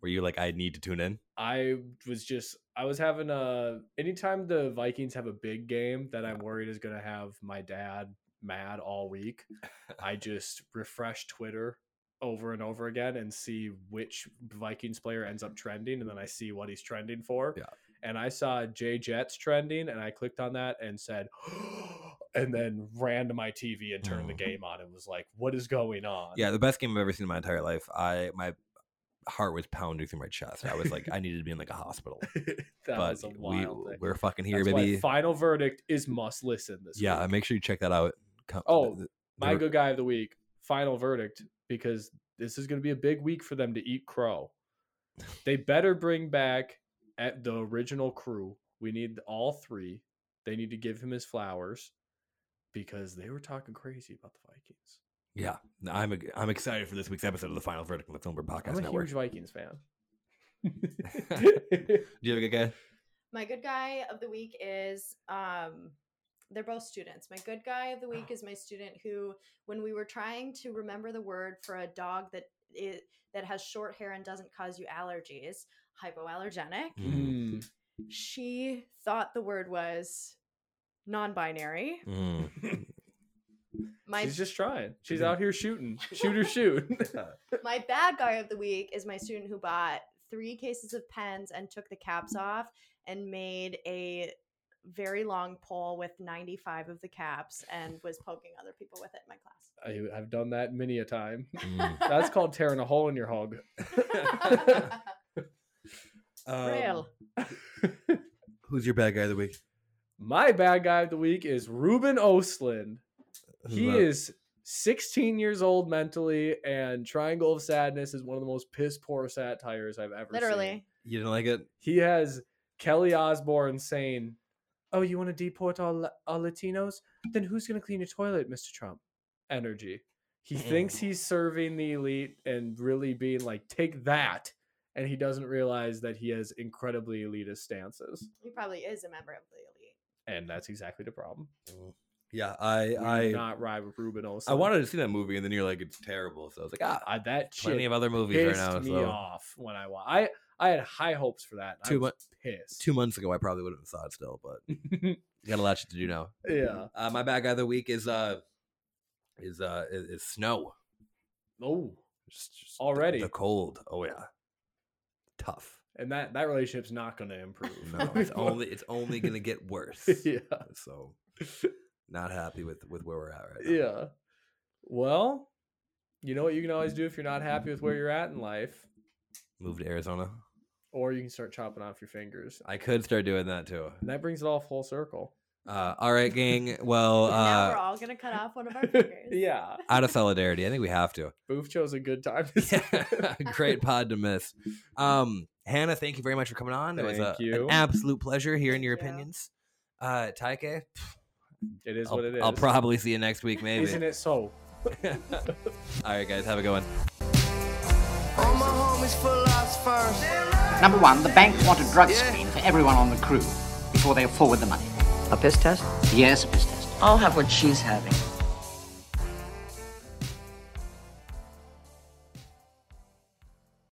C: were you like, I need to tune in?
D: I was just I was having a anytime the Vikings have a big game that I'm worried is gonna have my dad mad all week. I just refresh Twitter over and over again and see which Vikings player ends up trending, and then I see what he's trending for.
C: Yeah.
D: And I saw Jay Jets trending, and I clicked on that and said, and then ran to my TV and turned the
C: Mhm.
D: game on and was like, "What is going on?"
C: Yeah, the best game I've ever seen in my entire life. I, my heart was pounding through my chest. I was like, I needed to be in like a hospital.
D: that
C: but
D: was a
C: we,
D: wild thing.
C: we're fucking here,
D: That's why
C: baby.
D: final verdict is must listen this
C: Yeah,
D: week.
C: make sure you check that out. Co-
D: Oh,
C: th- th-
D: my
C: there-
D: good guy of the week, final verdict, because this is going to be a big week for them to eat crow. They better bring back at the original crew. We need all three. They need to give him his flowers because they were talking crazy about the Vikings.
C: Yeah, no, I'm ag- I'm excited for this week's episode of the Final Verdict on the Filmberg Podcast
D: I'm a
C: Network. Hmm.
D: huge Vikings fan.
C: Do you have a good guy?
E: My good guy of the week is um they're both students. My good guy of the week is my student who when we were trying to remember the word for a dog that i- that has short hair and doesn't cause you allergies, hypoallergenic.
C: Mm.
D: Mm.
E: she thought the word was non-binary.
C: Mm,
E: My
D: She's just trying. She's out here shooting. Shoot or shoot.
E: my bad guy of the week is my student who bought three cases of pens and took the caps off and made a very long pole with 95 of the caps and was poking other people with it in my class.
D: I, I've done that many a time.
C: Mm.
D: That's called tearing a hole in your hog.
C: Um,
E: Real.
C: Who's your bad guy of the week?
D: My bad guy of the week is Ruben Osland.
C: Who's
D: He
C: that?
D: is 16 years old mentally, and Triangle of Sadness is one of the most piss poor satires I've ever seen.
E: Literally.
C: You didn't like it?
D: He has Kelly Osborne saying, Oh, you want to deport all, La- all Latinos? Then who's going to clean your toilet, Mr. Trump? Energy. He
C: Mm.
D: thinks he's serving the elite and really being like, Take that. And he doesn't realize that he has incredibly elitist stances.
E: He probably is a member of the elite.
D: And that's exactly the problem.
C: Yeah, I
D: We do
C: I
D: Mm. not ride with Ruben Olsen.
C: I wanted to see that movie, and then you're like, it's terrible. So I was like, ah,
D: I, that shit
C: plenty of other movies right
D: pissed
C: now.
D: me
C: So
D: off when I watched. I I had high hopes for that. and
C: Too
D: I was
C: much-
D: pissed.
C: two months ago, I probably would have saw it still, but you got a lot shit to do now.
D: yeah.
C: Uh, my bad guy of the week is uh is uh is, is snow.
D: Oh,
C: Just, just the-
D: Already.
C: the, cold. Oh yeah, tough.
D: and that that relationship's not going to improve.
C: No, it's only it's only gonna get worse.
D: yeah,
C: So not happy with with where we're at right now.
D: yeah. Well, you know what you can always do if you're not happy with where you're at in life,
C: Move to Arizona.
D: or you can start chopping off your fingers.
C: I could start doing that too.
D: And that brings it all full circle.
C: Uh, all right, gang. Well,
E: And now we're
C: uh,
E: all going to cut off one of our fingers.
D: yeah,
C: out of solidarity, I think we have to.
D: Boof chose a good time. To say that.
C: Great pod to miss. Um, Hannah, thank you very much for coming on. it was
D: Thank
C: a,
D: you.
C: an absolute pleasure hearing
E: Thank
C: your
E: you.
C: opinions. Uh, Taike, pff,
D: It is
C: I'll,
D: what it is.
C: I'll probably see you next week, maybe.
D: Isn't it
C: All
D: so?
C: right, guys, have a good one.
F: All my homies philosophers.
A: Number one, the bank want a drug screen for everyone on the crew before they forward the money.
B: A piss test?
A: Yes, a piss test.
B: I'll have what she's having.